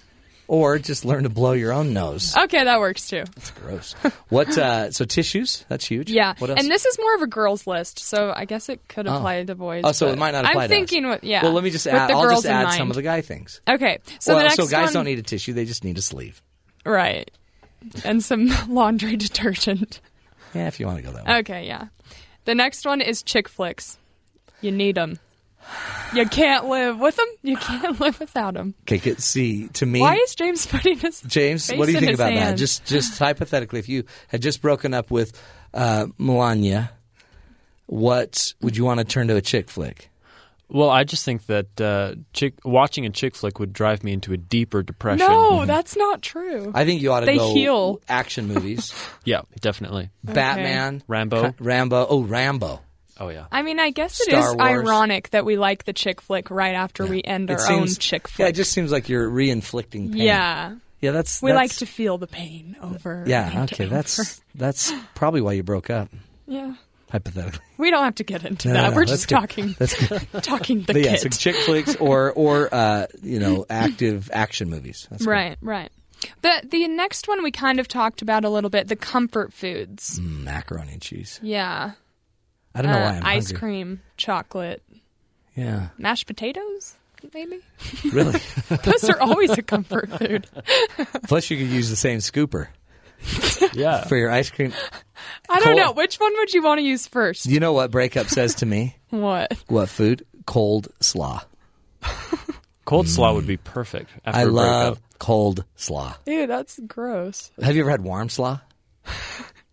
Or just learn to blow your own nose. Okay, that works too. That's gross. What? Uh, so tissues? That's huge. Yeah. What else? And this is more of a girls' list, so I guess it could apply to boys. oh, so it but might not apply. I'm to us. thinking what? Yeah. Well, let me just with add. The I'll girls just in add mind. some of the guy things. Okay, so well, the next so guys one, don't need a tissue; they just need a sleeve. right, and some laundry detergent. Yeah, if you want to go that way. Okay, yeah. The next one is chick flicks. You need them. You can't live with them. You can't live without them. Okay, good. see to me. Why is James putting his James, face what do you in think his about that? hand? Just, just hypothetically, if you had just broken up with uh, Melania, what would you want to turn to a chick flick? Well, I just think that uh, chick, watching a chick flick would drive me into a deeper depression. No, that's not true. I think you ought to They go heal. action movies. yeah, definitely. Batman, Rambo. Ki- Rambo. Oh, Rambo. Oh yeah. I mean, I guess it Star is Wars. ironic that we like the chick flick right after we end our own chick Yeah, it flick. just seems like you're re-inflicting pain. Yeah. Yeah, that's we that's- like to feel the pain over. Yeah, and okay. over. That's that's probably why you broke up, yeah. hypothetically. We don't have to get into No, no, that. no, We're that's just good. talking, That's good. talking the but yeah, kid. so chick flicks or or uh, you know active action movies. That's good. right, right. The the next one we kind of talked about a little bit. The comfort foods. Mm, macaroni and cheese. Yeah. I don't know Uh, why I'm ice hungry. cream, chocolate, Yeah, mashed potatoes, maybe. really. Those are always a comfort food. Plus, you could use the same scooper Yeah. for your ice cream. I don't Cold. know which one would you want to use first. You know what breakup says to me? What? What food? Cold slaw. Cold slaw would be perfect after I a love breakup. cold slaw. Ew, that's gross. Have you ever had warm slaw?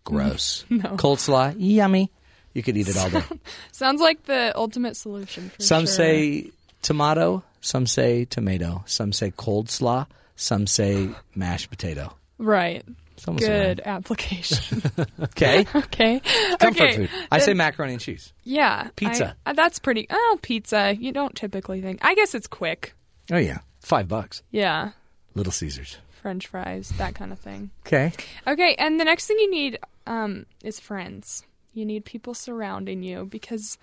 Gross. no. Cold slaw, yummy. You could eat it all day. Sounds like the ultimate solution. For some sure. say tomato, some say tomato, some say cold slaw, some say mashed potato. right. Someone said Good application. Okay. okay. Comfort okay. food. I say macaroni and cheese. Yeah. I- Pizza. uh, that's pretty. Oh, pizza. You don't typically think. I guess it's quick. Oh yeah. Five bucks. Yeah. Little Caesars. French fries, that kind of thing. Okay. Okay, and the next thing you need um, is friends. You need people surrounding you because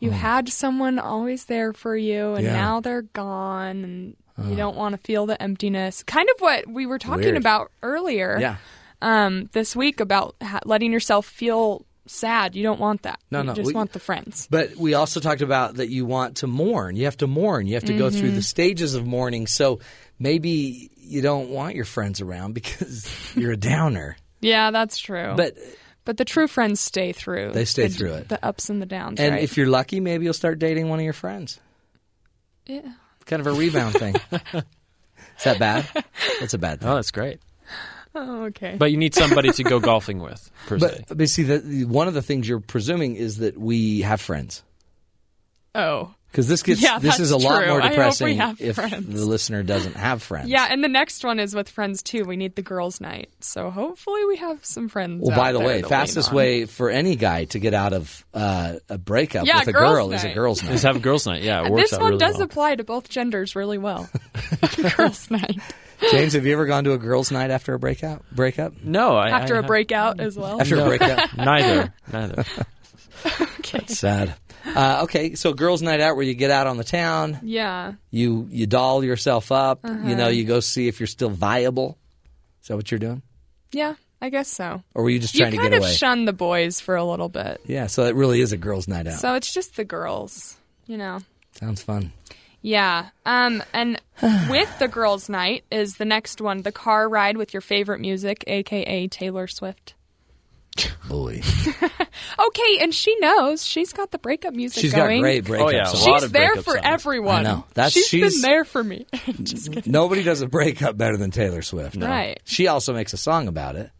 you had someone always there for you, and Oh. Yeah. Uh. now they're gone, and you don't want to feel the emptiness. Kind of what we were talking Weird. about earlier Yeah. um, this week about ha- letting yourself feel sad. You don't want that. No, you no, just we- want the friends. But we also talked about that you want to mourn. You have to mourn. You have to go through the stages of mourning. So maybe you don't want your friends around because you're a downer. Yeah, that's true. But but the true friends stay through. They stay the- through it. The ups and the downs. and right? if you're lucky, maybe you'll start dating one of your friends. Yeah. Kind of a rebound thing. Is that bad? That's a bad thing. Oh, that's great. oh, okay. But you need somebody to go golfing with per se. But, but see, the, the- one of the things you're presuming is that we have friends. oh. Because this gets Yeah, this is a that's lot true. more I hope we depressing have if friends. the listener doesn't have friends. Yeah, and the next one is with friends too. We need the girls' night, so hopefully we have some friends. Well, out by the there way, to fastest lean on. way for any guy to get out of uh, a breakup Yeah, with a girls' girl is a night. girls' night. Just have a girls' night. Yeah, it works This out one really does well. apply to both genders really well. girls' night James, have you ever gone to a girls' night after a breakup? Breakup No, I, after a a breakout as well. after a breakup. Neither, neither. okay. Sad. Uh, okay, so girls' night out where you get out on the town, Yeah, you you doll yourself up, you Uh-huh. know, you go see if you're still viable. Is that what you're doing, yeah, I guess so. or were you just You trying kind to get of away? shun the boys for a little bit, yeah, so it really is a girls' night out. so it's just the girls, you know. Sounds fun. Yeah. Um, and with the girls' night is the next one, the car ride with your favorite music, aka Taylor Swift. Boy, Okay, and she knows she's got the breakup music she's got going. great breakup Oh, yeah. songs. A lot She's of there breakup for songs. everyone. I know. That's- she's she's- been there for me. Nobody does a breakup better than Taylor Swift. Right. She also makes a song about it.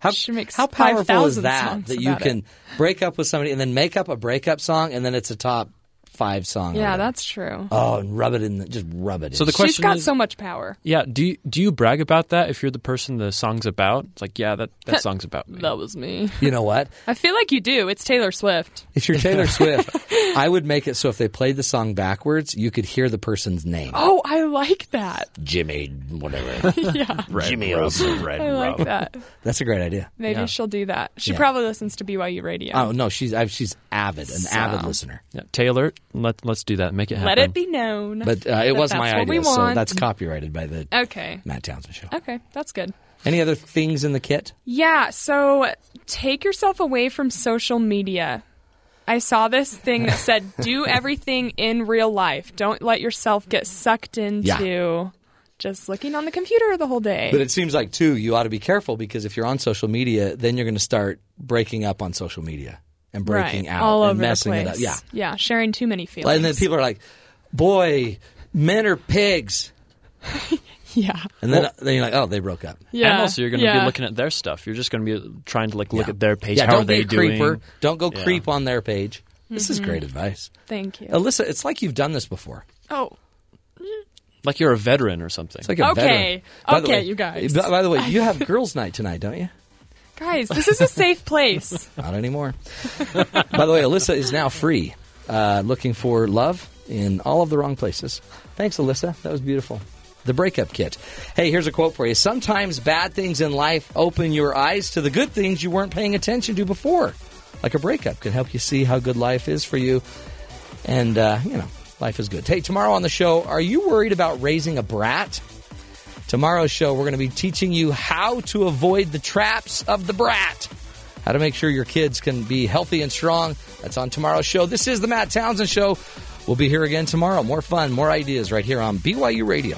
How, She makes how powerful is 5,000 that songs that you about can break up with somebody and then make up a breakup song and then it's a top five song? or Yeah, whatever. that's true. oh, and rub it in, the, just rub it. So in. the she's question got is, so much power. yeah, do you, do you brag about that if you're the person the song's about? It's like, yeah, that, that song's about me. That was me. you know what? I feel like you do. It's Taylor Swift. If you're Taylor Swift, I would make it so if they played the song backwards, you could hear the person's name. Oh, I like that. Jimmy, whatever. Yeah, Jimmy Olsen, Red I like that. That's a great idea. Maybe Yeah. she'll do that. She Yeah. probably listens to BYU radio. Oh no, she's I, she's avid, an avid listener. Yeah, Taylor, let, let's do that. Make it happen. Let it be known. But uh, it that was that's my what we idea, so want. that's copyrighted by the okay. Matt Townsend show. Okay, that's good. Any other things in the kit? Yeah, so take yourself away from social media. I saw this thing that said do everything in real life. Don't let yourself get sucked into just looking on the computer the whole day. But it seems like too, you ought to be careful because if you're on social media, then you're going to start breaking up on social media and breaking right. out all and over messing the it place. up. Yeah, Yeah, sharing too many feelings. and then people are like, "Boy, men are pigs," yeah. and then then you're like, "Oh, they broke up." Yeah. And also, you're going to yeah. be looking at their stuff. You're just going to be trying to like look at their page. Yeah, how don't are they be a creeper. doing? Don't go creep on their page. This is Mhm. great advice. Thank you. Alyssa, it's like you've done this before. Oh, Like you're a veteran or something. It's like a Okay. veteran. By the Okay, way- you guys. By, by the way, you have girls' night tonight, don't you? guys, this is a safe place. Not anymore. by the way, Alyssa is now free, uh, looking for love in all of the wrong places. Thanks, Alyssa. That was beautiful. The breakup kit. Hey, here's a quote for you. Sometimes bad things in life open your eyes to the good things you weren't paying attention to before. Like a breakup can help you see how good life is for you. And, uh, you know, life is good. Hey, tomorrow on the show, are you worried about raising a brat? Tomorrow's show, we're going to be teaching you how to avoid the traps of the brat, how to make sure your kids can be healthy and strong. That's on tomorrow's show. This is the Matt Townsend Show. We'll be here again tomorrow. More fun, more ideas right here on BYU Radio.